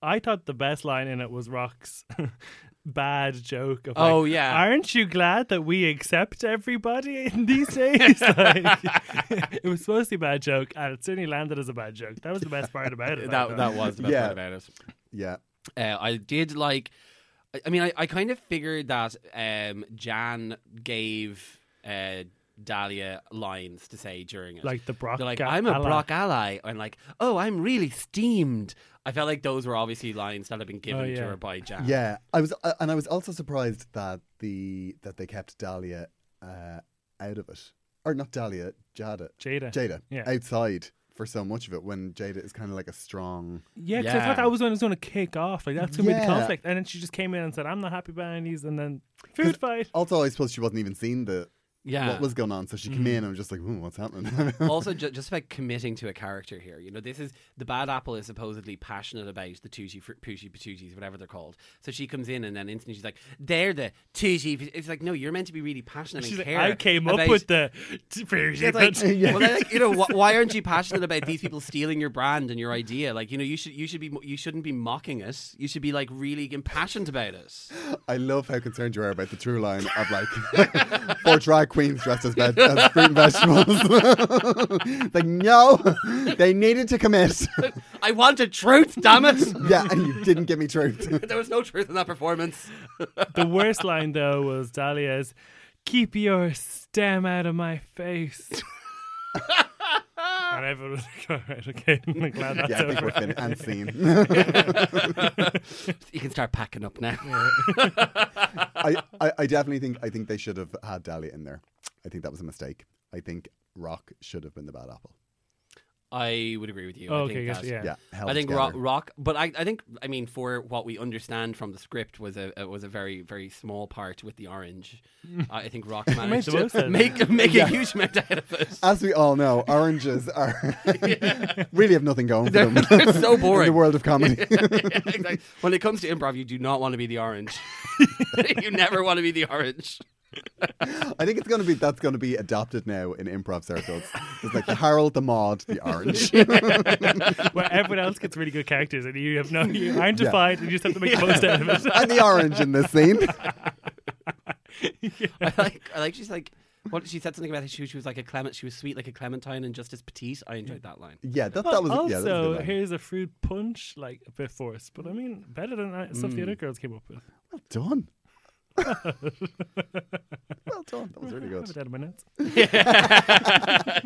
[SPEAKER 1] I thought the best line in it was Rock's bad joke of like,
[SPEAKER 2] Oh, yeah.
[SPEAKER 1] aren't you glad that we accept everybody in these days? like, it was supposed to be a bad joke, and it certainly landed as a bad joke. That was the best part about it. I
[SPEAKER 2] That
[SPEAKER 1] thought.
[SPEAKER 2] that was the best
[SPEAKER 3] Yeah.
[SPEAKER 2] part about it.
[SPEAKER 3] yeah,
[SPEAKER 2] Uh, I did like. I- I mean, I, I kind of figured that um, Jan gave uh, Dahlia lines to say during it.
[SPEAKER 1] like the Brock.
[SPEAKER 2] They're like,
[SPEAKER 1] guy-
[SPEAKER 2] I'm a
[SPEAKER 1] ally.
[SPEAKER 2] Brock ally. And like, oh, I'm really steamed. I felt like those were obviously lines that had been given
[SPEAKER 1] Oh,
[SPEAKER 2] to
[SPEAKER 1] yeah.
[SPEAKER 2] her by Jan.
[SPEAKER 3] yeah. I was, uh, and I was also surprised that the that they kept Dahlia uh, out of it, or not Dahlia, Jada,
[SPEAKER 1] Jada.
[SPEAKER 3] Jada,
[SPEAKER 1] Yeah.
[SPEAKER 3] outside for so much of it. When Jada is kind of like a strong.
[SPEAKER 1] Yeah, 'cause I
[SPEAKER 2] Yeah.
[SPEAKER 1] thought that was when it was going to kick off. Like that's going to be
[SPEAKER 3] Yeah.
[SPEAKER 1] the conflict, and then she just came in and said, "I'm not happy about these," and then food fight.
[SPEAKER 3] Also, I suppose she wasn't even seeing the
[SPEAKER 2] Yeah.
[SPEAKER 3] what was going on, so she came in and was just like, "Ooh, what's happening?"
[SPEAKER 2] also ju- just about committing to a character here you know this is the bad apple is supposedly passionate about the tutti fr- putti patooties whatever they're called so she comes in and then instantly she's like they're the tutti fr-" it's like no you're meant to be really passionate
[SPEAKER 1] She's
[SPEAKER 2] and
[SPEAKER 1] like,
[SPEAKER 2] care
[SPEAKER 1] I came up
[SPEAKER 2] about-
[SPEAKER 1] with the.
[SPEAKER 2] it's like, well, then, like, you know, wh- why aren't you passionate about these people stealing your brand and your idea? Like, you know, you should, you should be, mo- you shouldn't be mocking us. You should be like really impassioned about us.
[SPEAKER 3] I love how concerned you are about the true line of like four drag queens dressed as, veg- as fruit and vegetables. like, no, they needed to commit.
[SPEAKER 2] I wanted truth, damn it!
[SPEAKER 3] yeah, and you didn't give me truth.
[SPEAKER 2] there was no truth in that performance.
[SPEAKER 1] the worst line though was Dahlia's, "Keep your stem out of my face." and everyone was like, "All right, okay, I'm glad that's
[SPEAKER 3] yeah, I think we're
[SPEAKER 1] over."
[SPEAKER 3] finished and seen.
[SPEAKER 2] You can start packing up now.
[SPEAKER 3] I, I, I definitely think I think they should have had Dahlia in there. I think that was a mistake. I think Rock should have been the bad apple.
[SPEAKER 2] I would agree with you.
[SPEAKER 1] Oh,
[SPEAKER 2] I
[SPEAKER 1] okay,
[SPEAKER 2] think
[SPEAKER 1] yes,
[SPEAKER 2] that-
[SPEAKER 1] yeah.
[SPEAKER 3] Yeah, held
[SPEAKER 2] I think
[SPEAKER 3] together.
[SPEAKER 2] rock, rock, but I, I think I mean for what we understand from the script was a, a was a very very small part with the orange. I I think rock managed
[SPEAKER 1] the most
[SPEAKER 2] to
[SPEAKER 1] sense.
[SPEAKER 2] make make a
[SPEAKER 3] Yeah.
[SPEAKER 2] huge amount out of it.
[SPEAKER 3] As we all know, oranges are really have nothing going for
[SPEAKER 2] They're,
[SPEAKER 3] them.
[SPEAKER 2] they're so
[SPEAKER 3] in the
[SPEAKER 2] boring.
[SPEAKER 3] world of comedy.
[SPEAKER 2] Yeah, exactly. When it comes to improv, you do not want to be the orange. you never want to be the orange.
[SPEAKER 3] I think it's going to be that's going to be adopted now in improv circles. It's like the Harold, the Maud, the Orange.
[SPEAKER 1] Where everyone else gets really good characters, and you have no, you aren't defined, and you just have to make the most out of it.
[SPEAKER 3] and the orange in this scene.
[SPEAKER 2] I like. I like. She's like. What she said something about she, she was like a clement. She was sweet like a clementine and just as petite. I enjoyed that line.
[SPEAKER 3] Yeah, that, that
[SPEAKER 1] Well,
[SPEAKER 3] was yeah, that was a
[SPEAKER 1] also,
[SPEAKER 3] good line.
[SPEAKER 1] here's a fruit
[SPEAKER 3] Mm.
[SPEAKER 1] punch, like a bit forced, but I mean, better than that stuff the other girls came up with.
[SPEAKER 3] Well done. Well done. That was really
[SPEAKER 1] I have it
[SPEAKER 3] good.
[SPEAKER 1] out of my notes.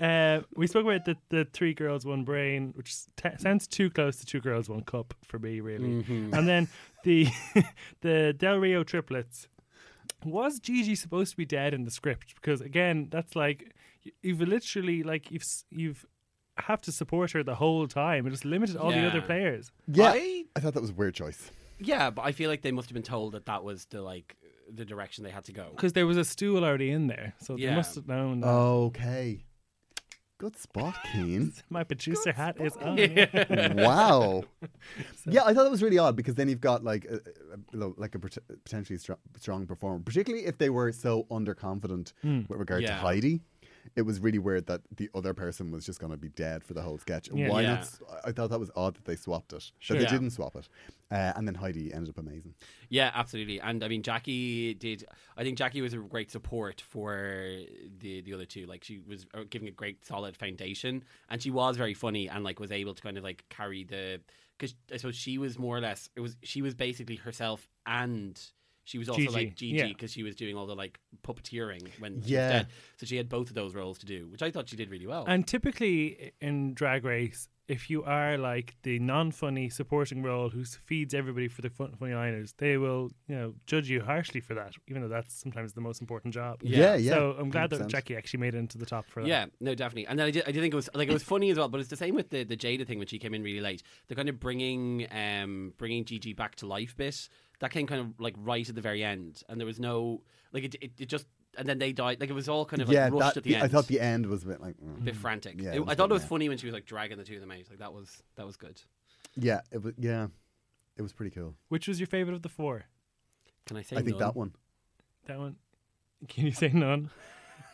[SPEAKER 1] Uh, we spoke about the, the three girls, one brain, which t- sounds too close to two girls, one cup for me, really.
[SPEAKER 3] Mm-hmm.
[SPEAKER 1] And then the the Del Rio triplets. Was Gigi supposed to be dead in the script? Because again, that's like y- you've literally like you've s- you've have to support her the whole time. It just limited all the
[SPEAKER 2] Yeah.
[SPEAKER 1] other players.
[SPEAKER 3] Yeah.
[SPEAKER 2] I-
[SPEAKER 3] I thought that was a weird choice.
[SPEAKER 2] yeah, but I feel like they must have been told that that was the like the direction they had to go.
[SPEAKER 1] Because there was a stool already in there, so they
[SPEAKER 2] Yeah.
[SPEAKER 1] must have known. That.
[SPEAKER 3] Okay. Good spot, Keen.
[SPEAKER 1] My producer hat is on.
[SPEAKER 3] wow. Yeah, I thought that was really odd because then you've got like a, a- a- like a pot- potentially str- strong performer, particularly if they were so underconfident with regard to
[SPEAKER 2] Hmm. Yeah.
[SPEAKER 3] Heidi. It was really weird that the other person was just going to be dead for the whole sketch.
[SPEAKER 1] Yeah.
[SPEAKER 3] Why
[SPEAKER 2] Yeah.
[SPEAKER 3] not? s- I- I thought that was odd that they swapped it.
[SPEAKER 1] Sure.
[SPEAKER 3] That they
[SPEAKER 2] Yeah.
[SPEAKER 3] didn't swap it, uh, and then Heidi ended up amazing.
[SPEAKER 2] Yeah, absolutely. And I mean, Jackie did. I think Jackie was a great support for the the other two. Like she was uh, giving a great solid foundation, and she was very funny and like was able to kind of like carry the. Because I suppose she was more or less it was she was basically herself and. She was also
[SPEAKER 1] Gigi,
[SPEAKER 2] like Gigi
[SPEAKER 1] yeah.
[SPEAKER 2] because she was doing all the like puppeteering when she was
[SPEAKER 3] Yeah.
[SPEAKER 2] dead. So she had both of those roles to do, which I thought she did really well.
[SPEAKER 1] And typically in Drag Race, if you are like the non-funny supporting role who feeds everybody for the fun- funny liners, they will you know judge you harshly for that, even though that's sometimes the most important job.
[SPEAKER 3] Yeah, yeah.
[SPEAKER 1] So I'm glad that
[SPEAKER 3] 100%.
[SPEAKER 1] Jackie actually made it into the top for that.
[SPEAKER 2] Yeah, no, definitely. And then I did, I did think it was like it was funny as well, but it's the same with the, the Jada thing when she came in really late. They're kind of bringing um bringing Gigi back to life bit that came kind of like right at the very end, and there was no like it it, it just and then they died like it was all kind of like
[SPEAKER 3] yeah,
[SPEAKER 2] rushed
[SPEAKER 3] that,
[SPEAKER 2] at the end.
[SPEAKER 3] I thought the end was a bit like mm.
[SPEAKER 2] a bit frantic.
[SPEAKER 3] Yeah,
[SPEAKER 2] It-
[SPEAKER 3] it was
[SPEAKER 2] I thought it
[SPEAKER 3] good,
[SPEAKER 2] was
[SPEAKER 3] yeah.
[SPEAKER 2] funny when she was like dragging the two of them out. Like that was that was good.
[SPEAKER 3] yeah, it was yeah, it was pretty cool.
[SPEAKER 1] Which was your favorite of the four?
[SPEAKER 2] Can I say?
[SPEAKER 3] I think
[SPEAKER 2] none?
[SPEAKER 3] that one.
[SPEAKER 1] That one. Can you say none?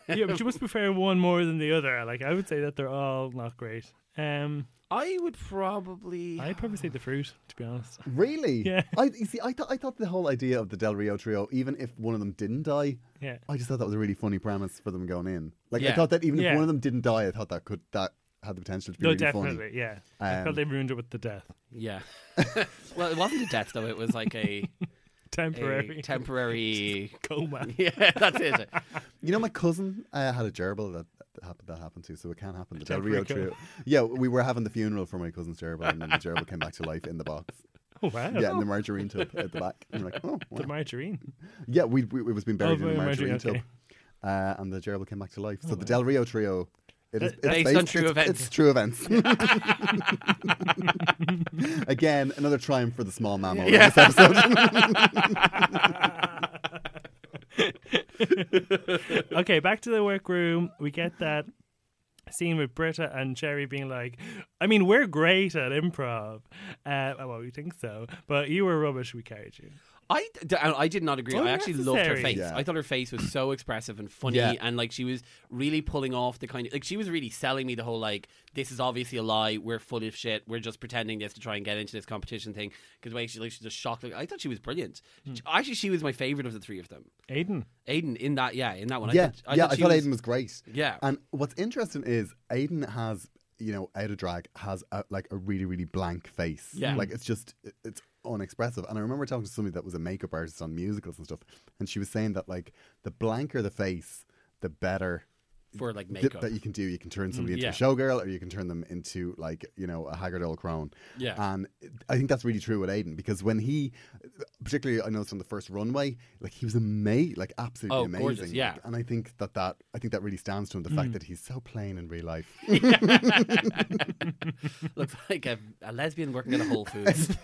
[SPEAKER 1] yeah, but you must prefer one more than the other. Like I would say that they're all not great. Um,
[SPEAKER 2] I would probably.
[SPEAKER 1] I'd probably say the fruit, to be honest.
[SPEAKER 3] Really?
[SPEAKER 1] Yeah.
[SPEAKER 3] I you see. I thought I thought the whole idea of the Del Rio trio, even if one of them didn't die,
[SPEAKER 1] Yeah.
[SPEAKER 3] I just thought that was a really funny premise for them going in. Like I
[SPEAKER 2] Yeah.
[SPEAKER 3] thought that even
[SPEAKER 1] Yeah.
[SPEAKER 3] if one of them didn't die, I thought that could that had the potential to be
[SPEAKER 1] No,
[SPEAKER 3] really
[SPEAKER 1] definitely.
[SPEAKER 3] funny.
[SPEAKER 1] Yeah. I
[SPEAKER 3] Um,
[SPEAKER 1] felt they ruined it with the death.
[SPEAKER 2] Yeah. well, it wasn't a death though. It was like a,
[SPEAKER 1] Temporary.
[SPEAKER 2] a temporary.
[SPEAKER 1] coma.
[SPEAKER 2] yeah, that's it.
[SPEAKER 3] You know, my cousin uh, had a gerbil that that happened that happened to, so it can happen. The Del Rio
[SPEAKER 1] Temporary
[SPEAKER 3] trio. Yeah, we were having the funeral for my cousin's gerbil, and then the gerbil came back to life in the box.
[SPEAKER 1] Oh, wow.
[SPEAKER 3] Yeah, in the margarine tub at the back. And we're like, oh, wow.
[SPEAKER 1] The margarine.
[SPEAKER 3] yeah, we, we it was being buried in
[SPEAKER 1] Oh,
[SPEAKER 3] a
[SPEAKER 1] margarine,
[SPEAKER 3] margarine
[SPEAKER 1] okay.
[SPEAKER 3] tub, uh, and the gerbil came back to life. so the Del Rio trio. It is, it's
[SPEAKER 1] Based
[SPEAKER 2] on true
[SPEAKER 3] it's-
[SPEAKER 2] events.
[SPEAKER 3] It's true events. Again, another triumph for the small mammal in this episode.
[SPEAKER 1] okay, back to the workroom. We get that scene with Britta and Cherry being like, I mean, we're great at improv. Uh, well, we think so, but you were rubbish. We carried you.
[SPEAKER 2] I, d- I did not agree. I actually loved her
[SPEAKER 1] Unnecessary.
[SPEAKER 2] face.
[SPEAKER 3] Yeah.
[SPEAKER 2] I thought her face was so expressive and funny,
[SPEAKER 3] Yeah.
[SPEAKER 2] and like she was really pulling off the kind of like she was really selling me the whole like this is obviously a lie. We're full of shit. We're just pretending this to try and get into this competition thing. Because way she like she just shocked. Like, I thought she was brilliant.
[SPEAKER 3] Hmm.
[SPEAKER 2] She- Actually, she was my favorite of the three of them.
[SPEAKER 1] Aiden.
[SPEAKER 2] Aiden in that yeah in that one.
[SPEAKER 3] yeah,
[SPEAKER 2] I thought, I
[SPEAKER 3] yeah.
[SPEAKER 2] thought,
[SPEAKER 3] I
[SPEAKER 2] she
[SPEAKER 3] thought
[SPEAKER 2] was,
[SPEAKER 3] Aiden was great.
[SPEAKER 2] Yeah.
[SPEAKER 3] And what's interesting is Aiden has, you know, out of drag has a, like a really really blank face.
[SPEAKER 2] Yeah.
[SPEAKER 3] Like it's just it- it's unexpressive. And I remember talking to somebody that was a makeup artist on musicals and stuff, and she was saying that like the blanker the face, the better.
[SPEAKER 2] for like
[SPEAKER 3] th-
[SPEAKER 2] makeup. Mm,
[SPEAKER 3] that you can do, you can turn somebody into
[SPEAKER 2] yeah.
[SPEAKER 3] a showgirl, or you can turn them into like you know a haggard old crone.
[SPEAKER 2] Yeah.
[SPEAKER 3] and I think that's really true with Aiden because when he, particularly I noticed on the first runway, like he was amazing, like absolutely
[SPEAKER 2] Oh,
[SPEAKER 3] amazing.
[SPEAKER 2] gorgeous, yeah. Mm.
[SPEAKER 3] and I think that that I think that really stands to him the fact that he's so plain in real life.
[SPEAKER 2] Looks like a, a lesbian working at a Whole Foods.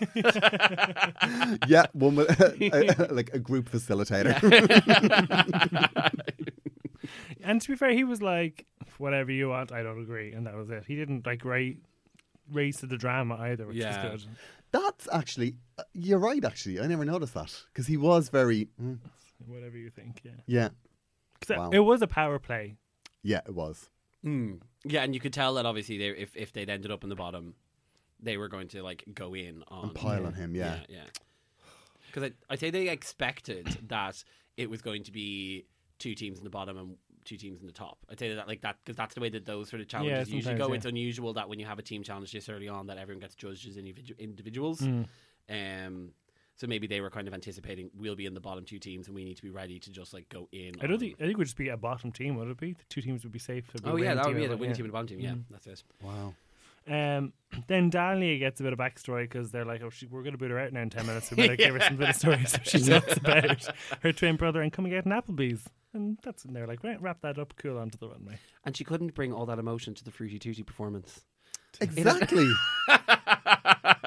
[SPEAKER 3] yeah, one with like a group facilitator.
[SPEAKER 1] And to be fair, he was like, whatever you want, I don't agree. And that was it. He didn't like rate. Race to the drama either, which
[SPEAKER 2] Yeah.
[SPEAKER 1] was good.
[SPEAKER 3] That's actually uh, you're right. Actually, I never noticed that because he was very mm,
[SPEAKER 1] Whatever you think, yeah.
[SPEAKER 3] yeah
[SPEAKER 1] 'Cause
[SPEAKER 3] Wow.
[SPEAKER 1] It was a power play.
[SPEAKER 3] yeah it was.
[SPEAKER 2] Mm. Yeah, and you could tell that obviously they if if they'd ended up in the bottom, they were going to like go in on
[SPEAKER 3] And pile on him, yeah.
[SPEAKER 2] yeah. Because I I say they expected that it was going to be two teams in the bottom and two teams in the top. I'd say that like that because that's the way that those sort of challenges usually
[SPEAKER 1] sometimes,
[SPEAKER 2] go.
[SPEAKER 1] yeah.
[SPEAKER 2] It's unusual
[SPEAKER 1] Mm.
[SPEAKER 2] that when you have a team challenge this early on that everyone gets judged as individu- individuals. Um, So maybe they were kind of anticipating we'll be in the bottom two teams and we need to be ready to just like go in.
[SPEAKER 1] I don't
[SPEAKER 2] on-
[SPEAKER 1] think I think we'd just be a bottom team. Would it be the two teams would be safe? It'd be
[SPEAKER 2] Oh yeah,
[SPEAKER 1] winning
[SPEAKER 2] that would
[SPEAKER 1] team
[SPEAKER 2] be
[SPEAKER 1] and
[SPEAKER 2] the
[SPEAKER 1] bo- yeah.
[SPEAKER 2] winning
[SPEAKER 1] Mm.
[SPEAKER 2] team and bottom team. Yeah, that's it.
[SPEAKER 3] Wow.
[SPEAKER 1] Um, then Dahlia gets a bit of backstory because they're like, "Oh, she, we're going to boot her out now in ten minutes." So we like, give her some bit of story. So she talks about her twin brother and coming out in Applebee's, and that's and they're like, "Right, wrap that up, cool onto the runway."
[SPEAKER 2] And she couldn't bring all that emotion to the Fruity Tooty performance.
[SPEAKER 3] Exactly.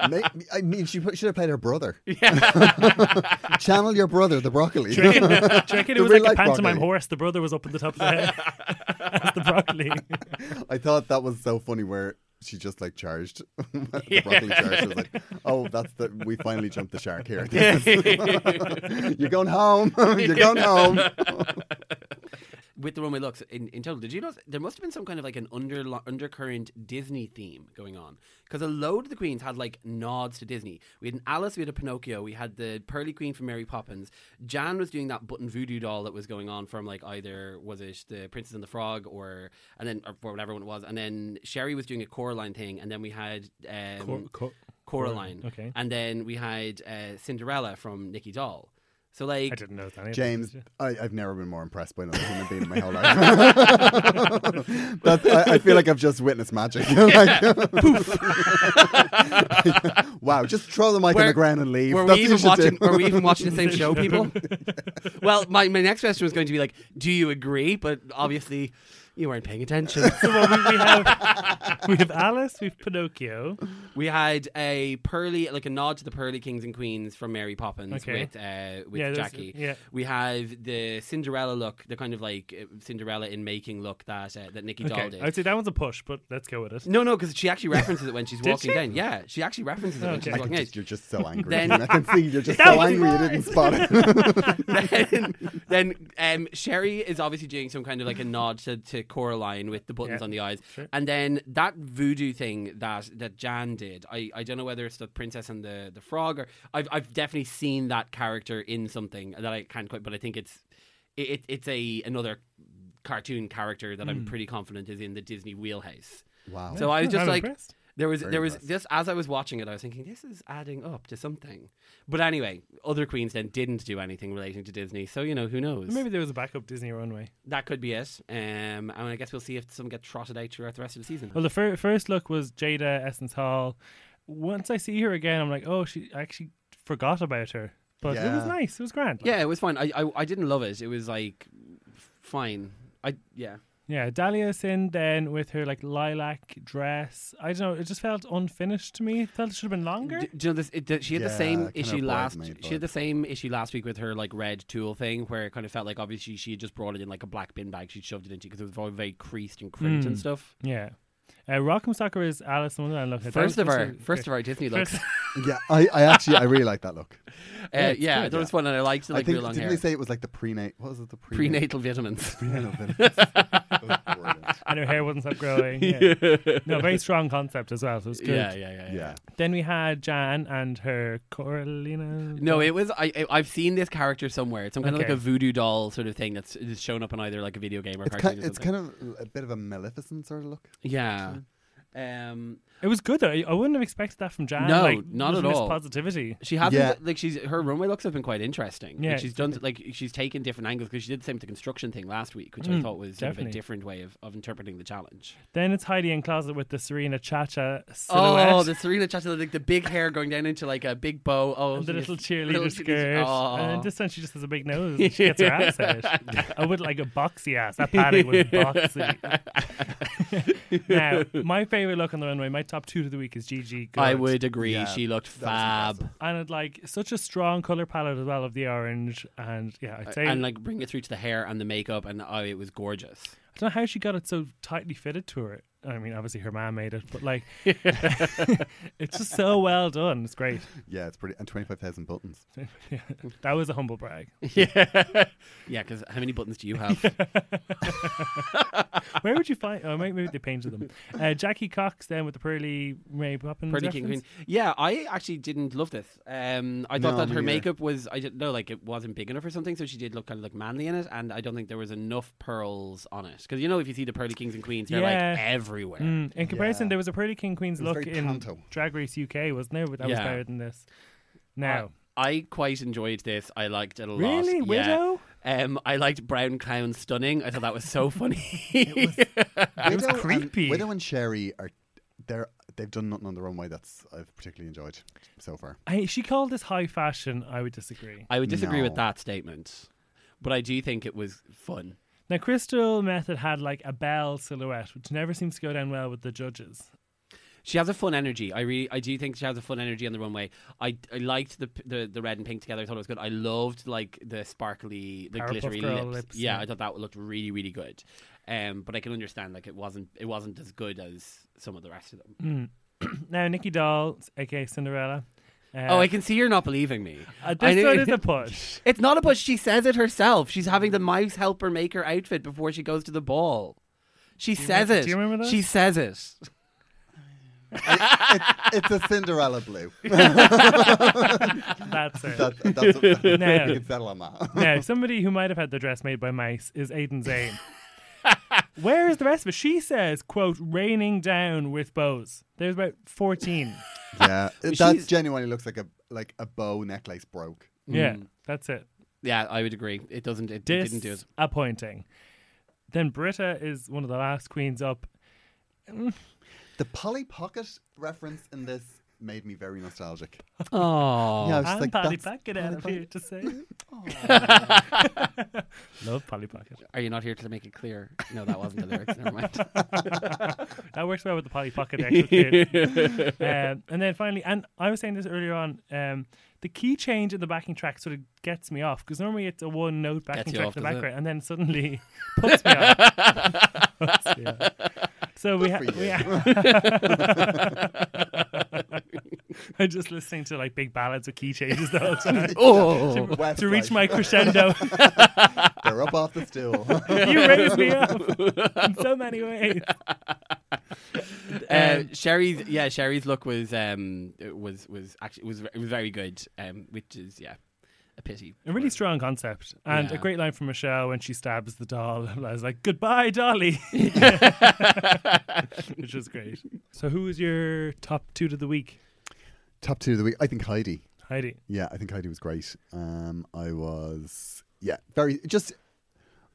[SPEAKER 3] May- I mean, she put- should have played her brother. Channel your brother, the broccoli.
[SPEAKER 1] Do you reckon, do you reckon it
[SPEAKER 3] The
[SPEAKER 1] was like
[SPEAKER 3] real
[SPEAKER 1] a
[SPEAKER 3] life
[SPEAKER 1] pantomime
[SPEAKER 3] broccoli.
[SPEAKER 1] horse? The brother was up on the top of the head as the broccoli.
[SPEAKER 3] I thought that was so funny where she just like charged. the broccoli charged. She was like, oh, that's the, we finally jumped the shark here. This is- You're going home. You're going home.
[SPEAKER 2] with the runway looks in, in total, did you know there must have been some kind of like an under, undercurrent Disney theme going on? Because a load of the queens had like nods to Disney. We had an Alice, we had a Pinocchio, we had the Pearly Queen from Mary Poppins. Jan was doing that button voodoo doll that was going on from like either was it the Princess and the Frog or and then or for whatever one it was, and then Sherry was doing a Coraline thing, and then we had um, Coraline,
[SPEAKER 1] Okay.
[SPEAKER 2] and then we had uh, Cinderella from Nicky Doll. So like
[SPEAKER 1] I didn't know that. either.
[SPEAKER 3] James, I, I've never been more impressed by another human being in my whole life. That's, I, I feel like I've just witnessed magic. Like, wow, just throw the mic on
[SPEAKER 2] Were-
[SPEAKER 3] the ground and leave.
[SPEAKER 2] Were
[SPEAKER 3] That's
[SPEAKER 2] we,
[SPEAKER 3] what you
[SPEAKER 2] even
[SPEAKER 3] should
[SPEAKER 2] watching,
[SPEAKER 3] do.
[SPEAKER 2] were we even watching the same show, people? well, my, my next question was going to be like, do you agree? But obviously, you weren't paying attention.
[SPEAKER 1] So well, we, we have we have Alice, we have Pinocchio.
[SPEAKER 2] we had a pearly, like a nod to the pearly kings and queens from Mary Poppins
[SPEAKER 1] Okay.
[SPEAKER 2] with uh, with
[SPEAKER 1] Yeah, there's-
[SPEAKER 2] Jackie.
[SPEAKER 1] yeah.
[SPEAKER 2] We have the Cinderella look, the kind of like uh, Cinderella in making look that uh, that Nikki Doll
[SPEAKER 1] Okay,
[SPEAKER 2] did.
[SPEAKER 1] I'd say that one's a push, but let's go with it.
[SPEAKER 2] no, no, because she actually references it when she's walking
[SPEAKER 1] she?
[SPEAKER 2] down. Yeah, she actually references it when
[SPEAKER 1] Okay.
[SPEAKER 2] she's
[SPEAKER 1] I
[SPEAKER 2] walking
[SPEAKER 3] You're
[SPEAKER 2] down.
[SPEAKER 3] just- You're just so angry.
[SPEAKER 2] Then-
[SPEAKER 3] I can see you're just
[SPEAKER 1] That
[SPEAKER 3] so
[SPEAKER 1] was
[SPEAKER 3] angry you
[SPEAKER 1] mine.
[SPEAKER 3] didn't spot it.
[SPEAKER 2] then, then um, Sherry is obviously doing some kind of like a nod to, to Coraline with the buttons
[SPEAKER 1] Yeah,
[SPEAKER 2] on the eyes,
[SPEAKER 1] sure.
[SPEAKER 2] and then that voodoo thing that that Jan did. I, I don't know whether it's the princess and the, the frog or I've I've definitely seen that character in something that I can't quite, but I think it's it, it it's a another cartoon character that
[SPEAKER 1] Hmm.
[SPEAKER 2] I'm pretty confident is in the Disney wheelhouse.
[SPEAKER 1] Oh,
[SPEAKER 3] Wow.
[SPEAKER 2] So I was just
[SPEAKER 1] I'm
[SPEAKER 2] like.
[SPEAKER 1] impressed.
[SPEAKER 2] There was
[SPEAKER 3] Very
[SPEAKER 2] there was
[SPEAKER 3] impressed.
[SPEAKER 2] this as I was watching it, I was thinking this is adding up to something. But anyway, other queens then didn't do anything relating to Disney, so you know who knows.
[SPEAKER 1] maybe there was a backup Disney runway.
[SPEAKER 2] that could be it. Um, and I guess we'll see if some get trotted out throughout the rest of the season.
[SPEAKER 1] Well, the fir- first look was Jada Essence Hall. Once I see her again, I'm like, oh, she I actually forgot about her. But it was
[SPEAKER 3] Yeah.
[SPEAKER 1] nice. It was grand.
[SPEAKER 2] yeah, it was fine. I, I I didn't love it. It was like fine. I yeah.
[SPEAKER 1] Yeah. Dahlia's in then with her like lilac dress. I don't know. It just felt unfinished to me. It felt it should have been longer.
[SPEAKER 2] Do, do you know this? It, did- she had the
[SPEAKER 3] Yeah,
[SPEAKER 2] same
[SPEAKER 3] kind of
[SPEAKER 2] issue last.
[SPEAKER 3] bridesmaid
[SPEAKER 2] She had
[SPEAKER 3] vibe.
[SPEAKER 2] the same issue last week with her like red tulle thing, where it kind of felt like obviously she had just brought it in like a black bin bag. She shoved it into because it was all very creased and crimped and
[SPEAKER 1] Mm.
[SPEAKER 2] stuff.
[SPEAKER 1] yeah. Uh, Rock'em Soccer is Alice in Wonderland. Look,
[SPEAKER 2] First of our first of our Disney looks.
[SPEAKER 3] Yeah, I, I actually I really like that look.
[SPEAKER 2] Uh,
[SPEAKER 1] it's
[SPEAKER 2] yeah,
[SPEAKER 1] good,
[SPEAKER 2] I thought it was fun, and I liked the
[SPEAKER 3] I
[SPEAKER 2] like
[SPEAKER 3] think
[SPEAKER 2] real long
[SPEAKER 3] didn't
[SPEAKER 2] hair.
[SPEAKER 3] they say it was like the prenate? What was it? The prenate.
[SPEAKER 2] Prenatal vitamins.
[SPEAKER 3] Prenatal. vitamins. That was brilliant.
[SPEAKER 1] and her hair wouldn't stop growing. Yeah. No, very strong concept as well. So it was good.
[SPEAKER 2] Yeah, yeah, yeah,
[SPEAKER 3] yeah.
[SPEAKER 1] Then we had Jan and her Coralina.
[SPEAKER 2] No, it was. I, I I've seen this character somewhere. It's some kind of
[SPEAKER 1] Okay.
[SPEAKER 2] like a voodoo doll sort of thing that's is shown up in either like a video game or
[SPEAKER 3] It's
[SPEAKER 2] cartoon.
[SPEAKER 3] kind,
[SPEAKER 2] or
[SPEAKER 3] it's
[SPEAKER 2] something.
[SPEAKER 3] kind of a bit of a Maleficent sort of look.
[SPEAKER 2] yeah. Um,
[SPEAKER 1] It was good though. I I wouldn't have expected that from Jan.
[SPEAKER 2] No,
[SPEAKER 1] like,
[SPEAKER 2] not
[SPEAKER 1] with
[SPEAKER 2] at
[SPEAKER 1] Miss
[SPEAKER 2] all.
[SPEAKER 1] Positivity.
[SPEAKER 2] she has
[SPEAKER 3] Yeah.
[SPEAKER 2] like she's her runway looks have been quite interesting.
[SPEAKER 1] Yeah,
[SPEAKER 2] Like, she's done like she's taken different angles because she did the same with the construction thing last week, which I
[SPEAKER 1] Mm,
[SPEAKER 2] thought was sort of
[SPEAKER 1] definitely.
[SPEAKER 2] a different way of, of interpreting the challenge.
[SPEAKER 1] Then it's Heidi in closet with the Serena Chacha silhouette.
[SPEAKER 2] Oh, the Serena Chacha, like the big hair going down into like a big bow. Oh,
[SPEAKER 1] and the
[SPEAKER 2] yes.
[SPEAKER 1] little cheerleader
[SPEAKER 2] Little
[SPEAKER 1] skirt.
[SPEAKER 2] Oh.
[SPEAKER 1] And then this time she just has a big nose. and She gets her ass out. I would like a boxy ass. That paddock was boxy. now, my favorite look on the runway, my top two of the week is Gigi. Good.
[SPEAKER 2] I would agree.
[SPEAKER 3] Yeah,
[SPEAKER 2] she looked
[SPEAKER 3] that was
[SPEAKER 2] fab.
[SPEAKER 1] And it, like such a strong color palette as well of the orange. And yeah, I'd say
[SPEAKER 2] And like bring it through to the hair and the makeup, and oh, it was gorgeous.
[SPEAKER 1] I don't know how she got it so tightly fitted to her. I mean, obviously her mom made it, but like, it's just so well done. It's great.
[SPEAKER 3] Yeah, it's pretty. And twenty five thousand buttons.
[SPEAKER 1] That was a humble brag.
[SPEAKER 2] yeah, yeah. Because how many buttons do you have?
[SPEAKER 1] Where would you find? Oh, maybe, maybe they painted them. Uh, Jackie Cox then with the pearly Mary Poppins.
[SPEAKER 2] Pretty King Queen.
[SPEAKER 1] reference.
[SPEAKER 2] Yeah, I actually didn't love this. Um, I thought
[SPEAKER 3] No,
[SPEAKER 2] that
[SPEAKER 3] me
[SPEAKER 2] her
[SPEAKER 3] neither.
[SPEAKER 2] makeup was I didn't know like it wasn't big enough or something, so she did look kind of like manly in it, and I don't think there was enough pearls on it. Because you know, if you see the pearly kings and queens, they're
[SPEAKER 1] Yeah.
[SPEAKER 2] like everywhere.
[SPEAKER 1] Mm, in comparison,
[SPEAKER 3] Yeah.
[SPEAKER 1] there was a pearly King Queen's
[SPEAKER 3] It was
[SPEAKER 1] look
[SPEAKER 3] very
[SPEAKER 1] in
[SPEAKER 3] panto.
[SPEAKER 1] Drag Race UK, wasn't there? That was
[SPEAKER 2] Yeah.
[SPEAKER 1] better than this. Now,
[SPEAKER 2] I quite enjoyed this. I liked it a lot.
[SPEAKER 1] Really?
[SPEAKER 2] Yeah.
[SPEAKER 1] Widow?
[SPEAKER 2] Um, I liked Brown Clown Stunning. I thought that was so funny.
[SPEAKER 1] was
[SPEAKER 3] Widow
[SPEAKER 1] creepy.
[SPEAKER 3] And, Widow and Sherry are they're they've done nothing on the runway that's I've particularly enjoyed so far.
[SPEAKER 1] I, she called this high fashion. I would disagree.
[SPEAKER 2] I would disagree with
[SPEAKER 3] No.
[SPEAKER 2] that statement, but I do think it was fun.
[SPEAKER 1] Now, Crystal Method had like a bell silhouette, which never seems to go down well with the judges.
[SPEAKER 2] She has a fun energy. I really, I do think she has a fun energy on the runway. I, I liked the, p- the the red and pink together. I thought it was good. I loved like the sparkly, the
[SPEAKER 1] Powerpuff
[SPEAKER 2] glittery
[SPEAKER 1] Girl
[SPEAKER 2] lips.
[SPEAKER 1] lips,
[SPEAKER 2] Yeah,
[SPEAKER 1] yeah.
[SPEAKER 2] I thought that looked really, really good. Um, but I can understand like it wasn't it wasn't as good as some of the rest of them.
[SPEAKER 1] Mm. Now, Nikki Doll, aka Cinderella. Uh,
[SPEAKER 2] oh, I can see you're not believing me.
[SPEAKER 1] uh,
[SPEAKER 2] I
[SPEAKER 1] this
[SPEAKER 2] knew-
[SPEAKER 1] one is a push.
[SPEAKER 2] It's not a push. She says it herself. She's having the mouse help her make her outfit before she goes to the ball. She
[SPEAKER 1] you
[SPEAKER 2] says
[SPEAKER 1] remember-
[SPEAKER 2] it.
[SPEAKER 1] do you remember that?
[SPEAKER 2] She says it.
[SPEAKER 3] I, it's, it's a Cinderella blue.
[SPEAKER 1] That's it.
[SPEAKER 3] That, that's what, we
[SPEAKER 1] Now-
[SPEAKER 3] can settle on that.
[SPEAKER 1] now, somebody who might have had their dress made by mice is Aidan Zane. Where is the rest of it? She says, quote, raining down with bows. There's about 14.
[SPEAKER 3] yeah,
[SPEAKER 2] she's-
[SPEAKER 3] that genuinely looks like a like a bow necklace broke.
[SPEAKER 1] Yeah, that's it.
[SPEAKER 2] Yeah, I would agree. It doesn't. It, it didn't do it.
[SPEAKER 1] Disappointing. Then Britta is one of the last queens up.
[SPEAKER 3] The Polly Pocket reference in this made me very nostalgic.
[SPEAKER 2] Oh,
[SPEAKER 3] Yeah, I was just
[SPEAKER 1] I'm
[SPEAKER 3] like,
[SPEAKER 1] Polly
[SPEAKER 3] that's
[SPEAKER 1] Pocket
[SPEAKER 3] Polly
[SPEAKER 1] out of here
[SPEAKER 3] Pocket.
[SPEAKER 1] to say. Love Polly Pocket.
[SPEAKER 2] Are you not here to make it clear? No, that wasn't the lyrics. Never mind.
[SPEAKER 1] That works well with the Polly Pocket extra um, And then finally, and I was saying this earlier on, um, the key change in the backing track sort of gets me off because normally it's a one note backing
[SPEAKER 2] you
[SPEAKER 1] track
[SPEAKER 2] off,
[SPEAKER 1] in the
[SPEAKER 2] does it?
[SPEAKER 1] background and then suddenly puts me off. Puts me off. So we, ha-
[SPEAKER 3] for you.
[SPEAKER 1] we ha- I'm just listening to like big ballads with key changes the whole time
[SPEAKER 2] Oh,
[SPEAKER 3] West
[SPEAKER 1] to reach
[SPEAKER 3] Life.
[SPEAKER 1] my crescendo.
[SPEAKER 3] They're up off the stool.
[SPEAKER 1] you raise me up in so many ways.
[SPEAKER 2] uh, Sherry's yeah, Sherry's look was um was was actually was it was very good. Um, which is yeah, a pity.
[SPEAKER 1] A really strong concept and a
[SPEAKER 2] Yeah.
[SPEAKER 1] great line from Michelle when she stabs the doll. I was like, "Goodbye, Dolly," which was great. So, who was your top two to the week,
[SPEAKER 3] Top two of the week. I think Heidi.
[SPEAKER 1] Heidi?
[SPEAKER 3] Yeah, I think Heidi was great. Um, I was yeah, very just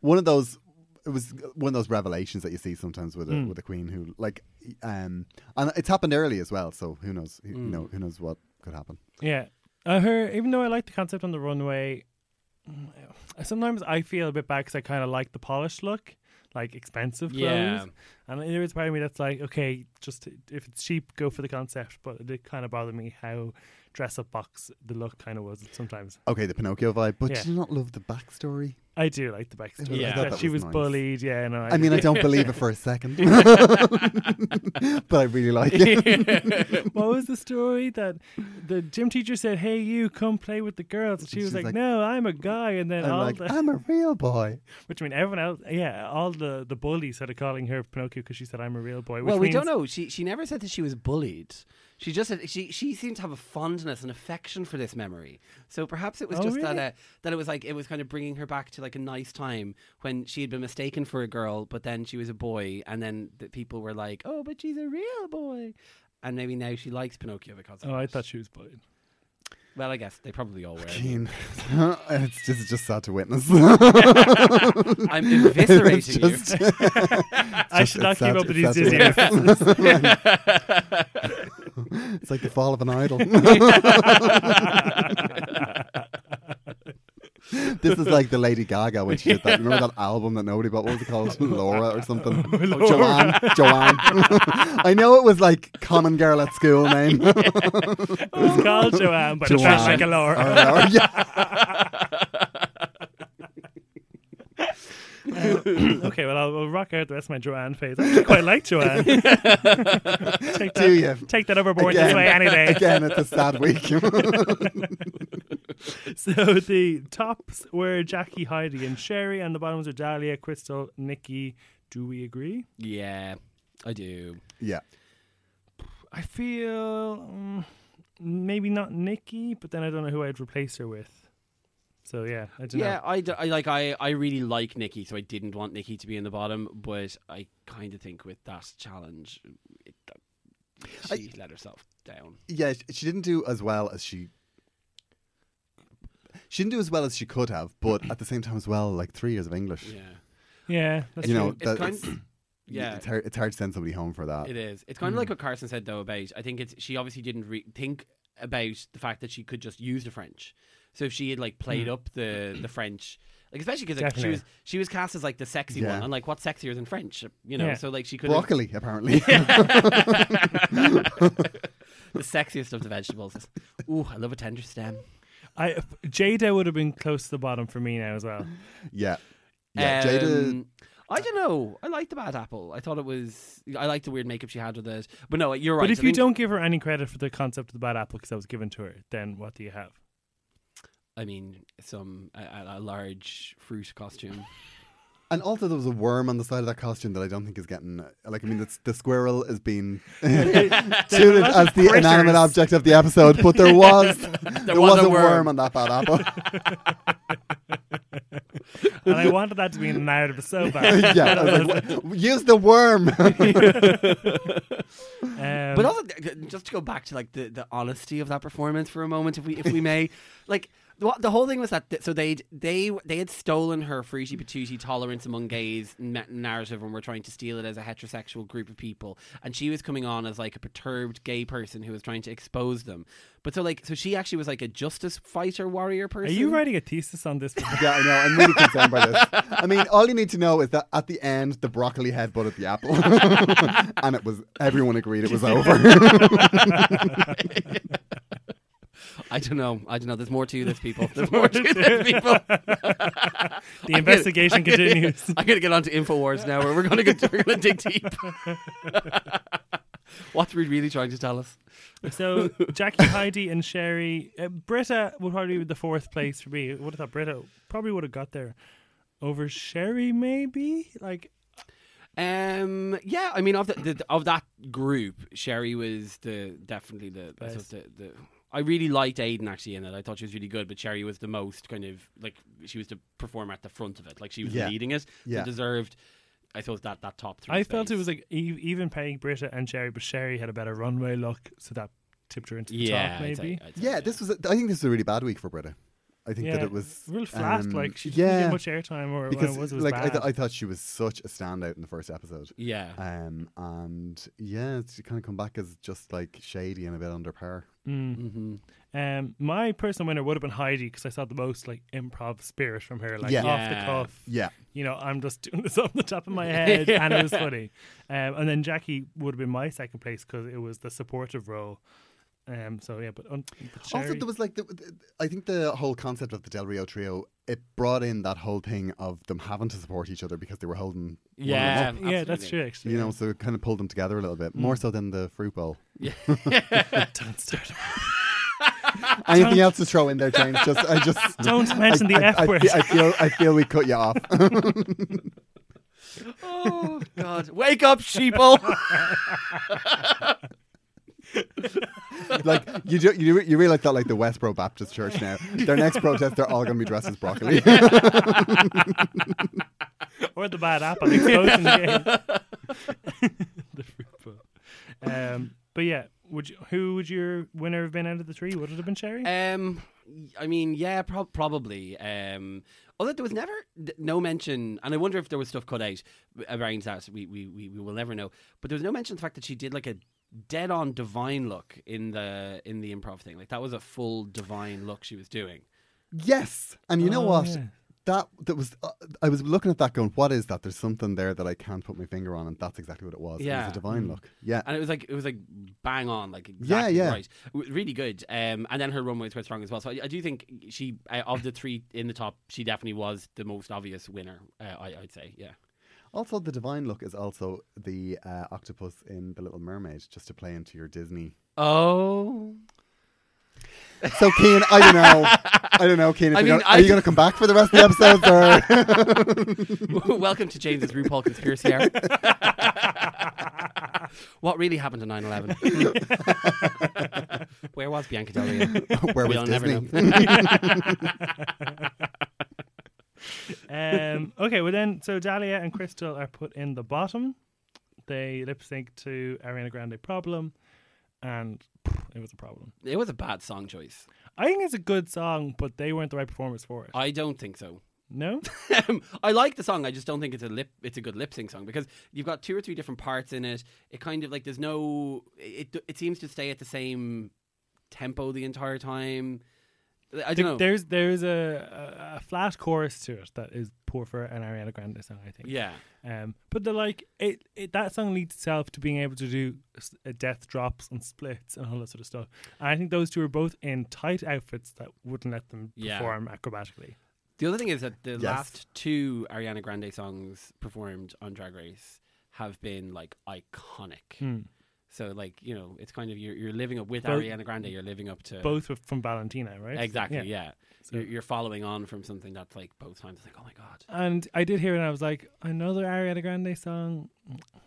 [SPEAKER 3] one of those. It was one of those revelations that you see sometimes with a with a queen who like, um, and it's happened early as well. So who knows? Who, You know, who knows what could happen?
[SPEAKER 1] Yeah, uh, her. Even though I like the concept on the runway, mm, sometimes I feel a bit bad because I kind of like the polished look, like expensive clothes.
[SPEAKER 2] Yeah.
[SPEAKER 1] And there is part of me that's like, okay, just if it's cheap, go for the concept. But it did kind of bother me how dress up box the look kind of was sometimes.
[SPEAKER 3] Okay, the Pinocchio vibe, but
[SPEAKER 1] Yeah.
[SPEAKER 3] do you not love the backstory?
[SPEAKER 1] I do like the backstory.
[SPEAKER 2] Yeah. I
[SPEAKER 1] that
[SPEAKER 2] thought
[SPEAKER 3] that
[SPEAKER 1] she was,
[SPEAKER 3] was nice.
[SPEAKER 1] bullied. Yeah, no,
[SPEAKER 3] I mean, I don't believe it for a second, but I really like it.
[SPEAKER 1] what was the story that the gym teacher said, "Hey, you come play with the girls," and she was
[SPEAKER 3] She's
[SPEAKER 1] like,
[SPEAKER 3] like,
[SPEAKER 1] "No, I'm a guy." And then
[SPEAKER 3] I'm
[SPEAKER 1] all
[SPEAKER 3] like, "Ah."
[SPEAKER 1] the,
[SPEAKER 3] I'm a real boy.
[SPEAKER 1] which I mean, everyone else, yeah, all the the bullies started calling her Pinocchio because she said, "I'm a real boy." Which
[SPEAKER 2] Well, we
[SPEAKER 1] means-
[SPEAKER 2] don't know. She she never said that she was bullied. She just said she she seemed to have a fondness and affection for this memory. So perhaps it was
[SPEAKER 1] Oh,
[SPEAKER 2] just
[SPEAKER 1] really?
[SPEAKER 2] that uh, that it was like it was kind of bringing her back to like a nice time when she had been mistaken for a girl, but then she was a boy, and then the people were like, "Oh, but she's a real boy," and maybe now she likes Pinocchio because. Of
[SPEAKER 1] Oh, I
[SPEAKER 2] it.
[SPEAKER 1] thought she was bullied.
[SPEAKER 2] Well, I guess they probably all were.
[SPEAKER 3] Keen. it's just it's just sad to witness.
[SPEAKER 2] I'm
[SPEAKER 3] It's
[SPEAKER 2] eviscerating you.
[SPEAKER 3] just-
[SPEAKER 1] I should not
[SPEAKER 3] it's
[SPEAKER 1] keep
[SPEAKER 3] sad-
[SPEAKER 1] up with these
[SPEAKER 3] it's sad to
[SPEAKER 1] Disney.
[SPEAKER 3] witness.
[SPEAKER 1] references.
[SPEAKER 3] It's like the fall of an idol. this is like the Lady Gaga when she did that. Remember that album that nobody bought? What was it called? Laura or something? Oh, Joanne. Joanne. I know it was like common girl at school name.
[SPEAKER 1] It was called Joanne, but it felt
[SPEAKER 3] Joanne.
[SPEAKER 1] like a Laura.
[SPEAKER 3] Or Laura, yeah.
[SPEAKER 1] okay, well, I'll, I'll rock out the rest of my Joanne phase. I actually quite like Joanne. take, that,
[SPEAKER 3] Do you?
[SPEAKER 1] take that overboard this
[SPEAKER 3] Again.
[SPEAKER 1] way any day.
[SPEAKER 3] Again, it's a sad week.
[SPEAKER 1] So the tops were Jackie, Heidi, and Sherry, and the bottoms are Dahlia, Crystal, Nikki. Do we agree?
[SPEAKER 2] Yeah, I do.
[SPEAKER 3] yeah.
[SPEAKER 1] I feel um, maybe not Nikki, but then I don't know who I'd replace her with. So yeah, I don't
[SPEAKER 2] Yeah,
[SPEAKER 1] know.
[SPEAKER 2] I, d- I like I, I really like Nikki, so I didn't want Nikki to be in the bottom, but I kind of think with that challenge, it, uh, she let herself down.
[SPEAKER 3] Yeah, sh- she didn't do as well as she She didn't do as well as she could have, but at the same time as well, like three years of English.
[SPEAKER 2] Yeah.
[SPEAKER 1] Yeah, that's
[SPEAKER 3] you
[SPEAKER 1] true.
[SPEAKER 3] know,
[SPEAKER 2] It's
[SPEAKER 3] that
[SPEAKER 2] kind-
[SPEAKER 3] it's,
[SPEAKER 2] Yeah.
[SPEAKER 3] it's, hard, Hmm. it's hard to send somebody home for that.
[SPEAKER 2] It is. It's kind of like what Carson said though about. I think it's she obviously didn't re- think about the fact that she could just use the French. So if she had like played up the the French, like especially because like, she
[SPEAKER 1] Hmm. Definitely.
[SPEAKER 2] was she was cast as like the sexy
[SPEAKER 3] Yeah.
[SPEAKER 2] one, and like what's sexier than French? You know,
[SPEAKER 1] Yeah.
[SPEAKER 2] so like she could have
[SPEAKER 3] Broccoli, apparently.
[SPEAKER 2] the sexiest of the vegetables. Ooh, I love a tender stem.
[SPEAKER 1] I Jada would have been close to the bottom for me now as well.
[SPEAKER 3] yeah. Yeah. Jada.
[SPEAKER 2] Um, I don't know. I liked the bad apple. I thought it was. I liked the weird makeup she had with it. But no, you're right.
[SPEAKER 1] But if
[SPEAKER 2] I
[SPEAKER 1] you
[SPEAKER 2] think-
[SPEAKER 1] don't give her any credit for the concept of the bad apple because that was given to her, then what do you have?
[SPEAKER 2] I mean, some a, a large fruit costume.
[SPEAKER 3] And also, there was a worm on the side of that costume that I don't think is getting. Like, I mean, it's, the squirrel is being treated
[SPEAKER 1] lots of
[SPEAKER 3] as the inanimate
[SPEAKER 1] critters.
[SPEAKER 3] object of the episode, but there was there, was, a worm.
[SPEAKER 2] worm.
[SPEAKER 3] on that bad apple.
[SPEAKER 1] And I wanted that to be in the narrative so bad.
[SPEAKER 3] yeah, I was like, "W- use the worm.
[SPEAKER 1] Um,
[SPEAKER 2] But also, th- th- just to go back to like the, the honesty of that performance for a moment, if we if we may, like the, wha- the whole thing was that th- so they they they had stolen her fruity patootie tolerance among gays na- narrative, and were trying to steal it as a heterosexual group of people, and she was coming on as like a perturbed gay person who was trying to expose them. But so like so she actually was like a justice fighter warrior
[SPEAKER 1] are
[SPEAKER 2] person.
[SPEAKER 1] you writing a thesis on this?
[SPEAKER 3] yeah, I know. I'm really concerned by this. I mean, all you need to know is that at the end, the broccoli head butted the apple, and it was everyone agreed it was over.
[SPEAKER 2] I don't know. I don't know. There's more to this, people. There's more to this, people.
[SPEAKER 1] The investigation continues.
[SPEAKER 2] I'm gonna get onto Infowars now, where we're gonna go, we're gonna dig deep. What's Reed really trying to tell us?
[SPEAKER 1] So Jackie, Heidi, and Sherry. Uh, Britta would probably be the fourth place for me. Would have thought Britta probably would have got there over Sherry, maybe. Like
[SPEAKER 2] Um, yeah, I mean, of the, the of that group, Sherry was the definitely the, I suppose the the. I really liked Aiden actually in it. I thought she was really good, but Sherry was the most kind of like she was the performer at the front of it. Like she was
[SPEAKER 3] Yeah.
[SPEAKER 2] leading it.
[SPEAKER 3] Yeah.
[SPEAKER 2] So deserved. I suppose that that top three.
[SPEAKER 1] I felt it
[SPEAKER 2] space.
[SPEAKER 1] was like e- even paying Britta and Sherry, but Sherry had a better runway look, so that tipped her into the
[SPEAKER 2] yeah,
[SPEAKER 1] top.
[SPEAKER 2] I'd say-
[SPEAKER 1] Maybe
[SPEAKER 2] I'd say,
[SPEAKER 3] yeah, this was. A, I think this was a really bad week for Britta. I think that
[SPEAKER 1] Yeah,
[SPEAKER 3] it was
[SPEAKER 1] real flat.
[SPEAKER 3] um,
[SPEAKER 1] like she didn't
[SPEAKER 3] yeah,
[SPEAKER 1] get much airtime, or when
[SPEAKER 3] because
[SPEAKER 1] it was, it was
[SPEAKER 3] like I,
[SPEAKER 1] bad.
[SPEAKER 3] th- I thought she was such a standout in the first episode.
[SPEAKER 2] yeah.
[SPEAKER 3] Um and yeah, it's kind of come back as just like shady and a bit under par.
[SPEAKER 1] Mm.
[SPEAKER 2] hmm
[SPEAKER 1] Um, my personal winner would have been Heidi because I saw the most like improv spirit from her, like
[SPEAKER 3] Yeah.
[SPEAKER 1] off the
[SPEAKER 2] Yeah.
[SPEAKER 1] cuff.
[SPEAKER 3] Yeah,
[SPEAKER 1] You know, I'm just doing this off the top of my head, and it was funny. Um, and then Jackie would have been my second place because it was the supportive role. Um, so yeah, but, un- but
[SPEAKER 3] Also,
[SPEAKER 1] Sherry-
[SPEAKER 3] there was like, the, the- I think the whole concept of the Del Rio trio, it brought in that whole thing of them having to support each other because they were holding, one another
[SPEAKER 2] Yeah,
[SPEAKER 3] up,
[SPEAKER 1] yeah, that's
[SPEAKER 2] absolutely.
[SPEAKER 1] true. Actually,
[SPEAKER 3] you know, so it kind of pulled them together a little bit
[SPEAKER 1] Mm.
[SPEAKER 3] more so than the fruit bowl.
[SPEAKER 1] don't start.
[SPEAKER 3] Anything else to throw in there, James? Just, I just
[SPEAKER 1] Don't mention the
[SPEAKER 3] I,
[SPEAKER 1] F
[SPEAKER 3] I,
[SPEAKER 1] word.
[SPEAKER 3] I, I feel, I feel we cut you off.
[SPEAKER 2] Oh God! Wake up, sheeple!
[SPEAKER 3] like you, do, you, re- you realize that like the Westboro Baptist Church now, their next protest, they're all going to be dressed as broccoli.
[SPEAKER 1] or the bad apple explosion game. the fruit bowl. Um, but yeah, would you, who would your winner have been out of the three? Would it have been Sherry?
[SPEAKER 2] um, I mean, yeah, prob probably. Um, although there was never th- no mention, and I wonder if there was stuff cut out around that. We we we, we will never know. But there was no mention of the fact that she did like a dead-on divine look in the in the improv thing. Like that was a full divine look she was doing.
[SPEAKER 3] Yes, and you know
[SPEAKER 1] Oh,
[SPEAKER 3] what?
[SPEAKER 1] yeah.
[SPEAKER 3] That that was uh, I was looking at that going, what is that? There's something there that I can't put my finger on, and that's exactly what it was. it
[SPEAKER 2] Yeah. Mm.
[SPEAKER 3] was a divine look. Yeah,
[SPEAKER 2] and it was like it was like bang on, like exactly
[SPEAKER 3] yeah.
[SPEAKER 2] right, W- really good. Um, and then her runway was quite strong as well. So I, I do think she, uh, of the three in the top, she definitely was the most obvious winner. Uh, I, I'd say, yeah.
[SPEAKER 3] also the divine look is also the uh, octopus in the Little Mermaid, just to play into your Disney.
[SPEAKER 2] Oh,
[SPEAKER 3] So Keen, I don't know, I don't know, Keen. If
[SPEAKER 2] I mean,
[SPEAKER 3] you're gonna-
[SPEAKER 2] I
[SPEAKER 3] are you
[SPEAKER 2] d-
[SPEAKER 3] going to come back for the rest of the episodes? Or
[SPEAKER 2] welcome to James's RuPaul conspiracy hour. what really happened to 9-11? Where was Bianca Del Rio?
[SPEAKER 3] where was
[SPEAKER 2] We'll never
[SPEAKER 3] Disney?
[SPEAKER 2] know.
[SPEAKER 1] Um, okay, well then, so Dahlia and Crystal are put in the bottom. They lip sync to Ariana Grande "Problem," and pff, It was a problem.
[SPEAKER 2] It was a bad song choice.
[SPEAKER 1] I think it's a good song, but they weren't the right performers for it.
[SPEAKER 2] I don't think so.
[SPEAKER 1] no?
[SPEAKER 2] Um, I like the song. I just don't think it's a lip. It's a good lip sync song because you've got two or three different parts in it. It kind of like there's no. It it seems to stay at the same tempo the entire time. I
[SPEAKER 1] Th-
[SPEAKER 2] don't know.
[SPEAKER 1] There's there's a, a, a flat chorus to it that is poor for an Ariana Grande song, I think.
[SPEAKER 2] Yeah,
[SPEAKER 1] Um, but they're like it, it. That song leads itself to being able to do s- uh, death drops and splits and all that sort of stuff. And I think those two are both in tight outfits that wouldn't let them
[SPEAKER 2] Yeah.
[SPEAKER 1] perform acrobatically.
[SPEAKER 2] The other thing is that the
[SPEAKER 3] Yes.
[SPEAKER 2] last two Ariana Grande songs performed on Drag Race have been like iconic. So like you know, it's kind of you're you're living up with
[SPEAKER 1] Hmm. Both-
[SPEAKER 2] Ariana Grande. You're living up to
[SPEAKER 1] Both were from Valentina, right?
[SPEAKER 2] exactly. Yeah,
[SPEAKER 1] Yeah. So-
[SPEAKER 2] you're, you're following on from something that's like both times. It's like oh my god.
[SPEAKER 1] And I did hear it, and I was like, another Ariana Grande song.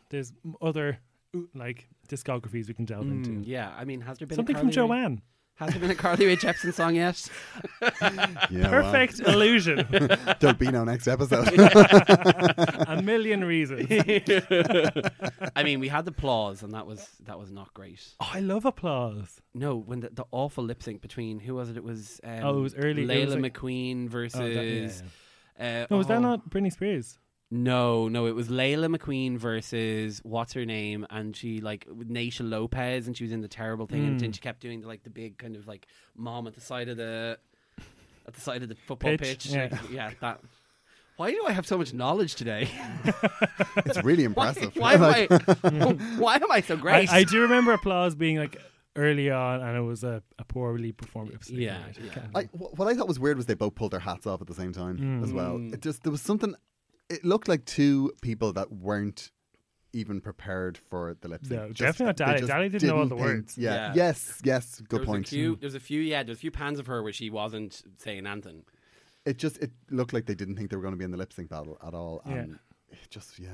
[SPEAKER 1] There's m- other ooh, like discographies we can delve
[SPEAKER 2] Mm,
[SPEAKER 1] into.
[SPEAKER 2] yeah, I mean, has there been
[SPEAKER 1] Something
[SPEAKER 2] a
[SPEAKER 1] from
[SPEAKER 2] Carly Rae-
[SPEAKER 1] Joanne.
[SPEAKER 2] Has there been a Carly Rae Jepsen song yet?
[SPEAKER 3] Yeah, wow.
[SPEAKER 1] Perfect illusion.
[SPEAKER 3] There'll be no next episode.
[SPEAKER 1] a million reasons.
[SPEAKER 2] I mean, we had the applause, and that was that was not great.
[SPEAKER 1] Oh, I love applause.
[SPEAKER 2] No, when the, the awful lip sync between who was it? It was um,
[SPEAKER 1] Oh, it was early- it
[SPEAKER 2] Layla
[SPEAKER 1] was like-
[SPEAKER 2] McQueen versus.
[SPEAKER 1] Oh, that- yeah, yeah.
[SPEAKER 2] Uh,
[SPEAKER 1] No, was
[SPEAKER 2] oh.
[SPEAKER 1] that not Britney Spears?
[SPEAKER 2] No, no, it was Layla McQueen versus what's her name, and she like with Naisha Lopez, and she was in the terrible thing,
[SPEAKER 1] Hmm.
[SPEAKER 2] and then she kept doing the, like the big kind of like mom at the side of the at the side of the football
[SPEAKER 1] Pitch,
[SPEAKER 2] pitch.
[SPEAKER 1] yeah.
[SPEAKER 2] Like, yeah, that. Why do I have so much knowledge today?
[SPEAKER 3] it's really
[SPEAKER 2] Why,
[SPEAKER 3] impressive.
[SPEAKER 2] why am
[SPEAKER 3] Like,
[SPEAKER 2] I? why am I so
[SPEAKER 1] I,
[SPEAKER 2] great?
[SPEAKER 1] I do remember applause being like early on, and it was a, a poorly performed episode.
[SPEAKER 2] Yeah,
[SPEAKER 1] Right?
[SPEAKER 2] yeah.
[SPEAKER 1] Can't-
[SPEAKER 3] I, wh- what I thought was weird was they both pulled their hats off at the same time as well.
[SPEAKER 2] Mm.
[SPEAKER 3] It just there was something. It looked like two people that weren't even prepared for the lip sync.
[SPEAKER 1] No,
[SPEAKER 3] Just-
[SPEAKER 1] definitely not
[SPEAKER 3] they
[SPEAKER 1] Dali.
[SPEAKER 3] just
[SPEAKER 1] Dali didn't know all the
[SPEAKER 3] think-
[SPEAKER 1] words.
[SPEAKER 3] Yeah.
[SPEAKER 2] Yeah.
[SPEAKER 3] Yes. Yes. Good
[SPEAKER 2] there was
[SPEAKER 3] point. Mm.
[SPEAKER 2] A few, there was a few, yeah, there was a few pans of her where she wasn't saying anything.
[SPEAKER 3] It just it looked like they didn't think they were going to be in the lip sync battle at all.
[SPEAKER 1] Yeah.
[SPEAKER 3] And it just yeah.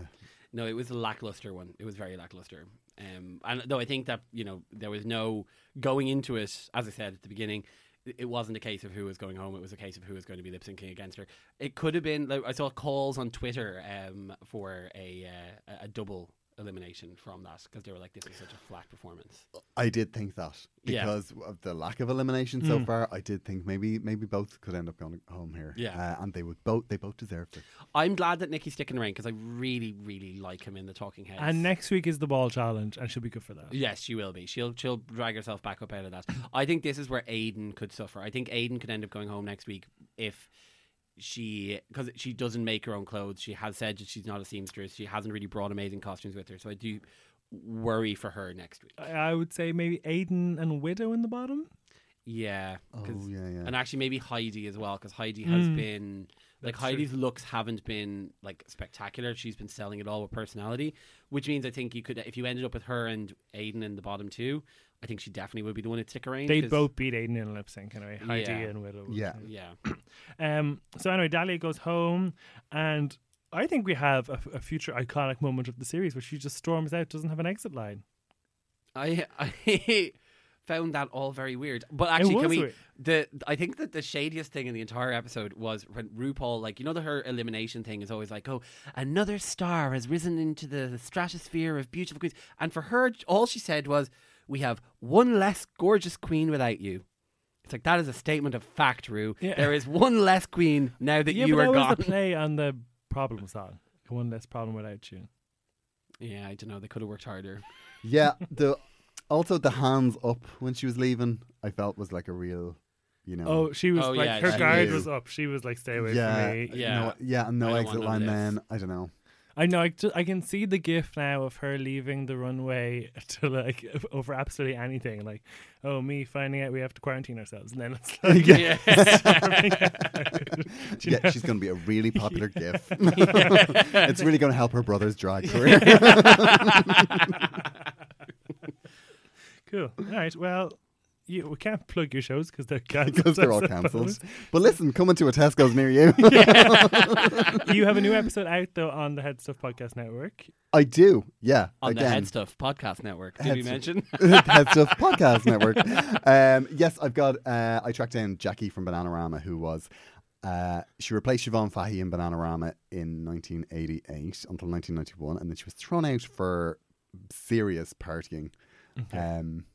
[SPEAKER 2] No, it was a lackluster one. It was very lackluster. Um, and though I think that you know there was no going into it, as I said at the beginning, it- it wasn't a case of who was going home. It was a case of who was going to be lip syncing against her. It could have been. Like, I saw calls on Twitter um, for a uh, a- a double elimination from that because they were like, "This is such a flat performance."
[SPEAKER 3] I did think that
[SPEAKER 2] Yeah.
[SPEAKER 3] because of the lack of elimination so
[SPEAKER 1] Mm.
[SPEAKER 3] far. I did think maybe maybe both could end up going home here.
[SPEAKER 2] Yeah.
[SPEAKER 3] Uh, and they would both they both deserved it.
[SPEAKER 2] I'm glad that Nicky's sticking around because I really, really like him in the Talking Heads.
[SPEAKER 1] And next week is the ball challenge, and she'll be good for that.
[SPEAKER 2] Yes, she will be. She'll she'll drag herself back up out of that. I think this is where Aiden could suffer. I think Aiden could end up going home next week if she because she doesn't make her own clothes. She has said that she's not a seamstress. She hasn't really brought amazing costumes with her. So I do worry for her next week.
[SPEAKER 1] I, I would say maybe Aiden and Widow in the bottom.
[SPEAKER 2] Yeah. 'cause-
[SPEAKER 3] Oh yeah, yeah.
[SPEAKER 2] And actually, maybe Heidi as well, because Heidi has
[SPEAKER 1] Mm.
[SPEAKER 2] been like
[SPEAKER 1] That's true.
[SPEAKER 2] Heidi's looks haven't been like spectacular. She's been selling it all with personality, which means I think you could if you ended up with her and Aiden in the bottom two, I think she definitely would be the one to stick around.
[SPEAKER 1] They
[SPEAKER 2] 'cause-
[SPEAKER 1] both beat Aiden in lip sync anyway. Heidi
[SPEAKER 2] Yeah.
[SPEAKER 1] and Widow.
[SPEAKER 3] Yeah.
[SPEAKER 2] Yeah,
[SPEAKER 1] Um. So anyway, Dahlia goes home, and I think we have a, a future iconic moment of the series where she just storms out, doesn't have an exit line.
[SPEAKER 2] I I found that all very weird. But actually,
[SPEAKER 1] was
[SPEAKER 2] can we?
[SPEAKER 1] weird.
[SPEAKER 2] The I think that the shadiest thing in the entire episode was when RuPaul, like you know, the her elimination thing is always like, oh, another star has risen into the stratosphere of beautiful queens, and for her, all she said was, "We have one less gorgeous queen without you." It's like that is a statement of fact, Ru.
[SPEAKER 1] Yeah.
[SPEAKER 2] There is one less queen now that
[SPEAKER 1] yeah,
[SPEAKER 2] you
[SPEAKER 1] but
[SPEAKER 2] are
[SPEAKER 1] that
[SPEAKER 2] gone.
[SPEAKER 1] was the play on the problem song. One less problem without you.
[SPEAKER 2] yeah, I don't know. They could have worked harder.
[SPEAKER 3] Yeah, the also the hands up when she was leaving, I felt was like a real, you know.
[SPEAKER 1] Oh, she was
[SPEAKER 2] Oh,
[SPEAKER 1] like
[SPEAKER 2] yeah,
[SPEAKER 1] her
[SPEAKER 2] she
[SPEAKER 1] guard
[SPEAKER 3] knew.
[SPEAKER 1] was up. She was like, "Stay away
[SPEAKER 3] yeah,
[SPEAKER 1] from me."
[SPEAKER 2] Yeah.
[SPEAKER 3] no, yeah, and no
[SPEAKER 2] I don't
[SPEAKER 3] exit
[SPEAKER 2] want
[SPEAKER 3] line.
[SPEAKER 2] none of
[SPEAKER 3] Then I don't know.
[SPEAKER 1] I know. I, ju- I can see the gif now of her leaving the runway to like over absolutely anything. Like, oh, me finding out we have to quarantine ourselves, and then it's like,
[SPEAKER 3] Yeah.
[SPEAKER 2] Yeah.
[SPEAKER 1] Do you
[SPEAKER 3] Yeah,
[SPEAKER 1] know?
[SPEAKER 3] she's going to be a really popular GIF. it's really going to help her brother's drag career.
[SPEAKER 1] cool. All right. Well, you, we can't plug your shows because they're cancelled.
[SPEAKER 3] because they're
[SPEAKER 1] I
[SPEAKER 3] all
[SPEAKER 1] suppose.
[SPEAKER 3] cancelled. But listen, coming to a Tesco's near you.
[SPEAKER 1] you have a new episode out though on the Head Stuff Podcast Network.
[SPEAKER 3] I do. Yeah.
[SPEAKER 2] On the
[SPEAKER 3] again.
[SPEAKER 2] Head Stuff Podcast Network, did we
[SPEAKER 3] Head Stuff.
[SPEAKER 2] mention?
[SPEAKER 3] Head Stuff Podcast Network. Um, yes, I've got. Uh, I tracked down Jackie from Bananarama, who was. Uh, she replaced Siobhan Fahy in Bananarama in 1988 until 1991, and then she was thrown out for serious partying. Um,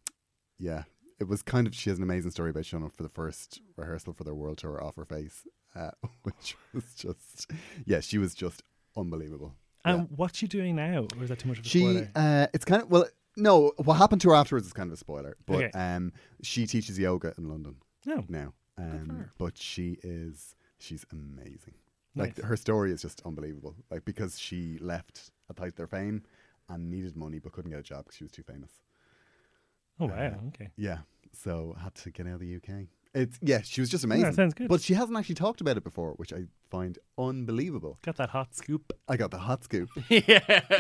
[SPEAKER 3] yeah, it was kind of she has an amazing story about showing up for the first rehearsal for their world tour off her face, uh, which was just yeah, she was just unbelievable.
[SPEAKER 1] And what's she doing now? Or is that too much of a
[SPEAKER 3] She
[SPEAKER 1] spoiler?
[SPEAKER 3] uh, it's kind of well, no, what happened to her afterwards is kind of a spoiler, but
[SPEAKER 1] Okay.
[SPEAKER 3] um, she teaches yoga in London
[SPEAKER 1] No.
[SPEAKER 3] now,
[SPEAKER 2] for
[SPEAKER 3] um,
[SPEAKER 2] her.
[SPEAKER 3] but she is she's amazing. Like
[SPEAKER 1] Nice.
[SPEAKER 3] her story is just unbelievable. Like because she left at the height of their fame and needed money but couldn't get a job because she was too famous.
[SPEAKER 1] Oh wow. Okay.
[SPEAKER 3] Yeah. So had to get out of the UK. It's yeah, she was just amazing.
[SPEAKER 1] Yeah, sounds good.
[SPEAKER 3] But she hasn't actually talked about it before, which I find unbelievable.
[SPEAKER 1] Got that hot scoop.
[SPEAKER 3] I got the hot scoop.
[SPEAKER 2] yeah.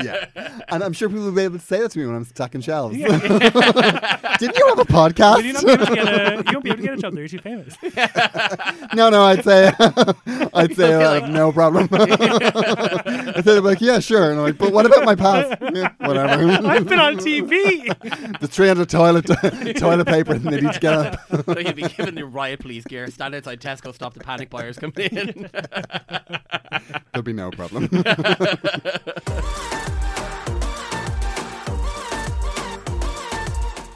[SPEAKER 3] yeah. And I'm sure people will be able to say that to me when I'm stacking shelves. Didn't you have a podcast?
[SPEAKER 1] Will you not be able to get a? You won't be able to get a job there. You're too famous.
[SPEAKER 3] no, no, I'd say I'd say like no problem. I'd say like, yeah, sure. And I'm like, but what about my past? Yeah, whatever.
[SPEAKER 1] I've been on TV.
[SPEAKER 3] the 300 toilet toilet paper and they each get up.
[SPEAKER 2] so you'd be given the riot police gear. Stand outside Tesco, stop the panic buyers coming in.
[SPEAKER 3] There'll be no problem.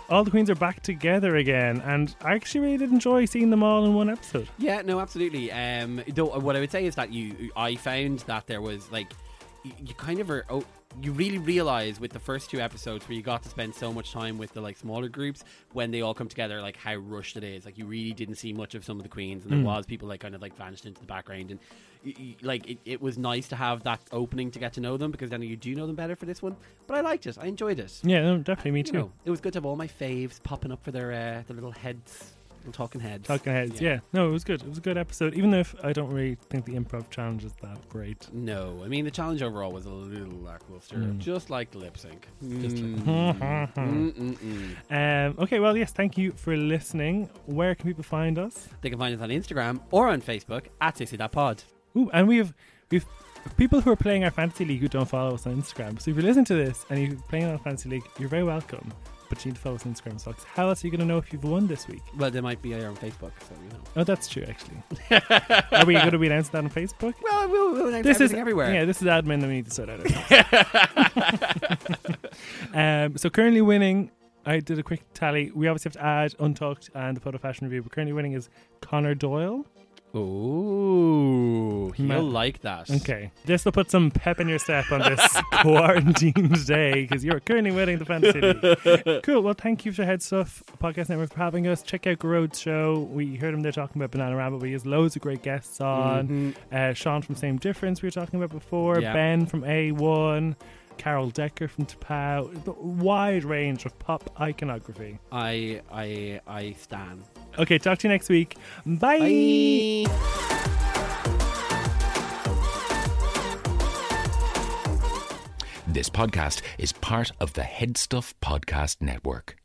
[SPEAKER 1] all the queens are back together again, and I actually really did enjoy seeing them all in one episode.
[SPEAKER 2] Yeah, no, absolutely. Um, though what I would say is that you, I found that there was like, you, you kind of are. Oh, you really realize with the first two episodes where you got to spend so much time with the like smaller groups when they all come together, like how rushed it is. Like you really didn't see much of some of the queens, and there was people like kind of like vanished into the background, and y y like it, it was nice to have that opening to get to know them because then you do know them better for this one. But I liked it. I enjoyed it.
[SPEAKER 1] Yeah, no, definitely me
[SPEAKER 2] You
[SPEAKER 1] too.
[SPEAKER 2] know, it was good to have all my faves popping up for their uh, their little heads, little talking heads.
[SPEAKER 1] Talking heads, yeah.
[SPEAKER 2] Yeah.
[SPEAKER 1] No, it was good. It was a good episode, even if I don't really think the improv challenge is that great.
[SPEAKER 2] No, I mean the challenge overall was a little lackluster,
[SPEAKER 1] Mm.
[SPEAKER 2] just like the lip sync. Mm. Just
[SPEAKER 1] Mhm. Um, okay, well, yes, thank you for listening. Where can people find us?
[SPEAKER 2] They can find us on Instagram or on Facebook at sissy.pod.
[SPEAKER 1] Ooh, and we have we've people who are playing our fantasy league who don't follow us on Instagram. So if you're listening to this and you're playing on fantasy league, you're very welcome. But you need to follow us on Instagram. So how else are you going to know if you've won this week?
[SPEAKER 2] Well, they might be there on Facebook, so you know.
[SPEAKER 1] Oh, that's true, actually. are we going to be announcing that on Facebook?
[SPEAKER 2] Well, we'll, we'll announce
[SPEAKER 1] This is
[SPEAKER 2] everything everywhere.
[SPEAKER 1] Yeah, this is admin that we need to sort out. ourselves. um, so currently winning, I did a quick tally. We obviously have to add Untucked and the Photo Fashion Review, but currently winning is Connor Doyle.
[SPEAKER 2] Ooh, he'll
[SPEAKER 1] Ma-
[SPEAKER 2] like that.
[SPEAKER 1] Okay, this will put some pep in your step on this quarantined day because you're currently winning the fantasy league. Cool. Well, thank you to Head Stuff Podcast Network for having us. Check out Garode Show. We heard him there talking about Banana Rabbit. We has loads of great guests on.
[SPEAKER 2] Mhm.
[SPEAKER 1] uh, Sean from Same Difference we were talking about before,
[SPEAKER 2] Yeah.
[SPEAKER 1] Ben from A1, Carol Decker from Tapau, the wide range of pop iconography.
[SPEAKER 2] I, I, I stan.
[SPEAKER 1] Okay, talk to you next week. Bye.
[SPEAKER 2] Bye.
[SPEAKER 4] This podcast is part of the Headstuff Podcast Network.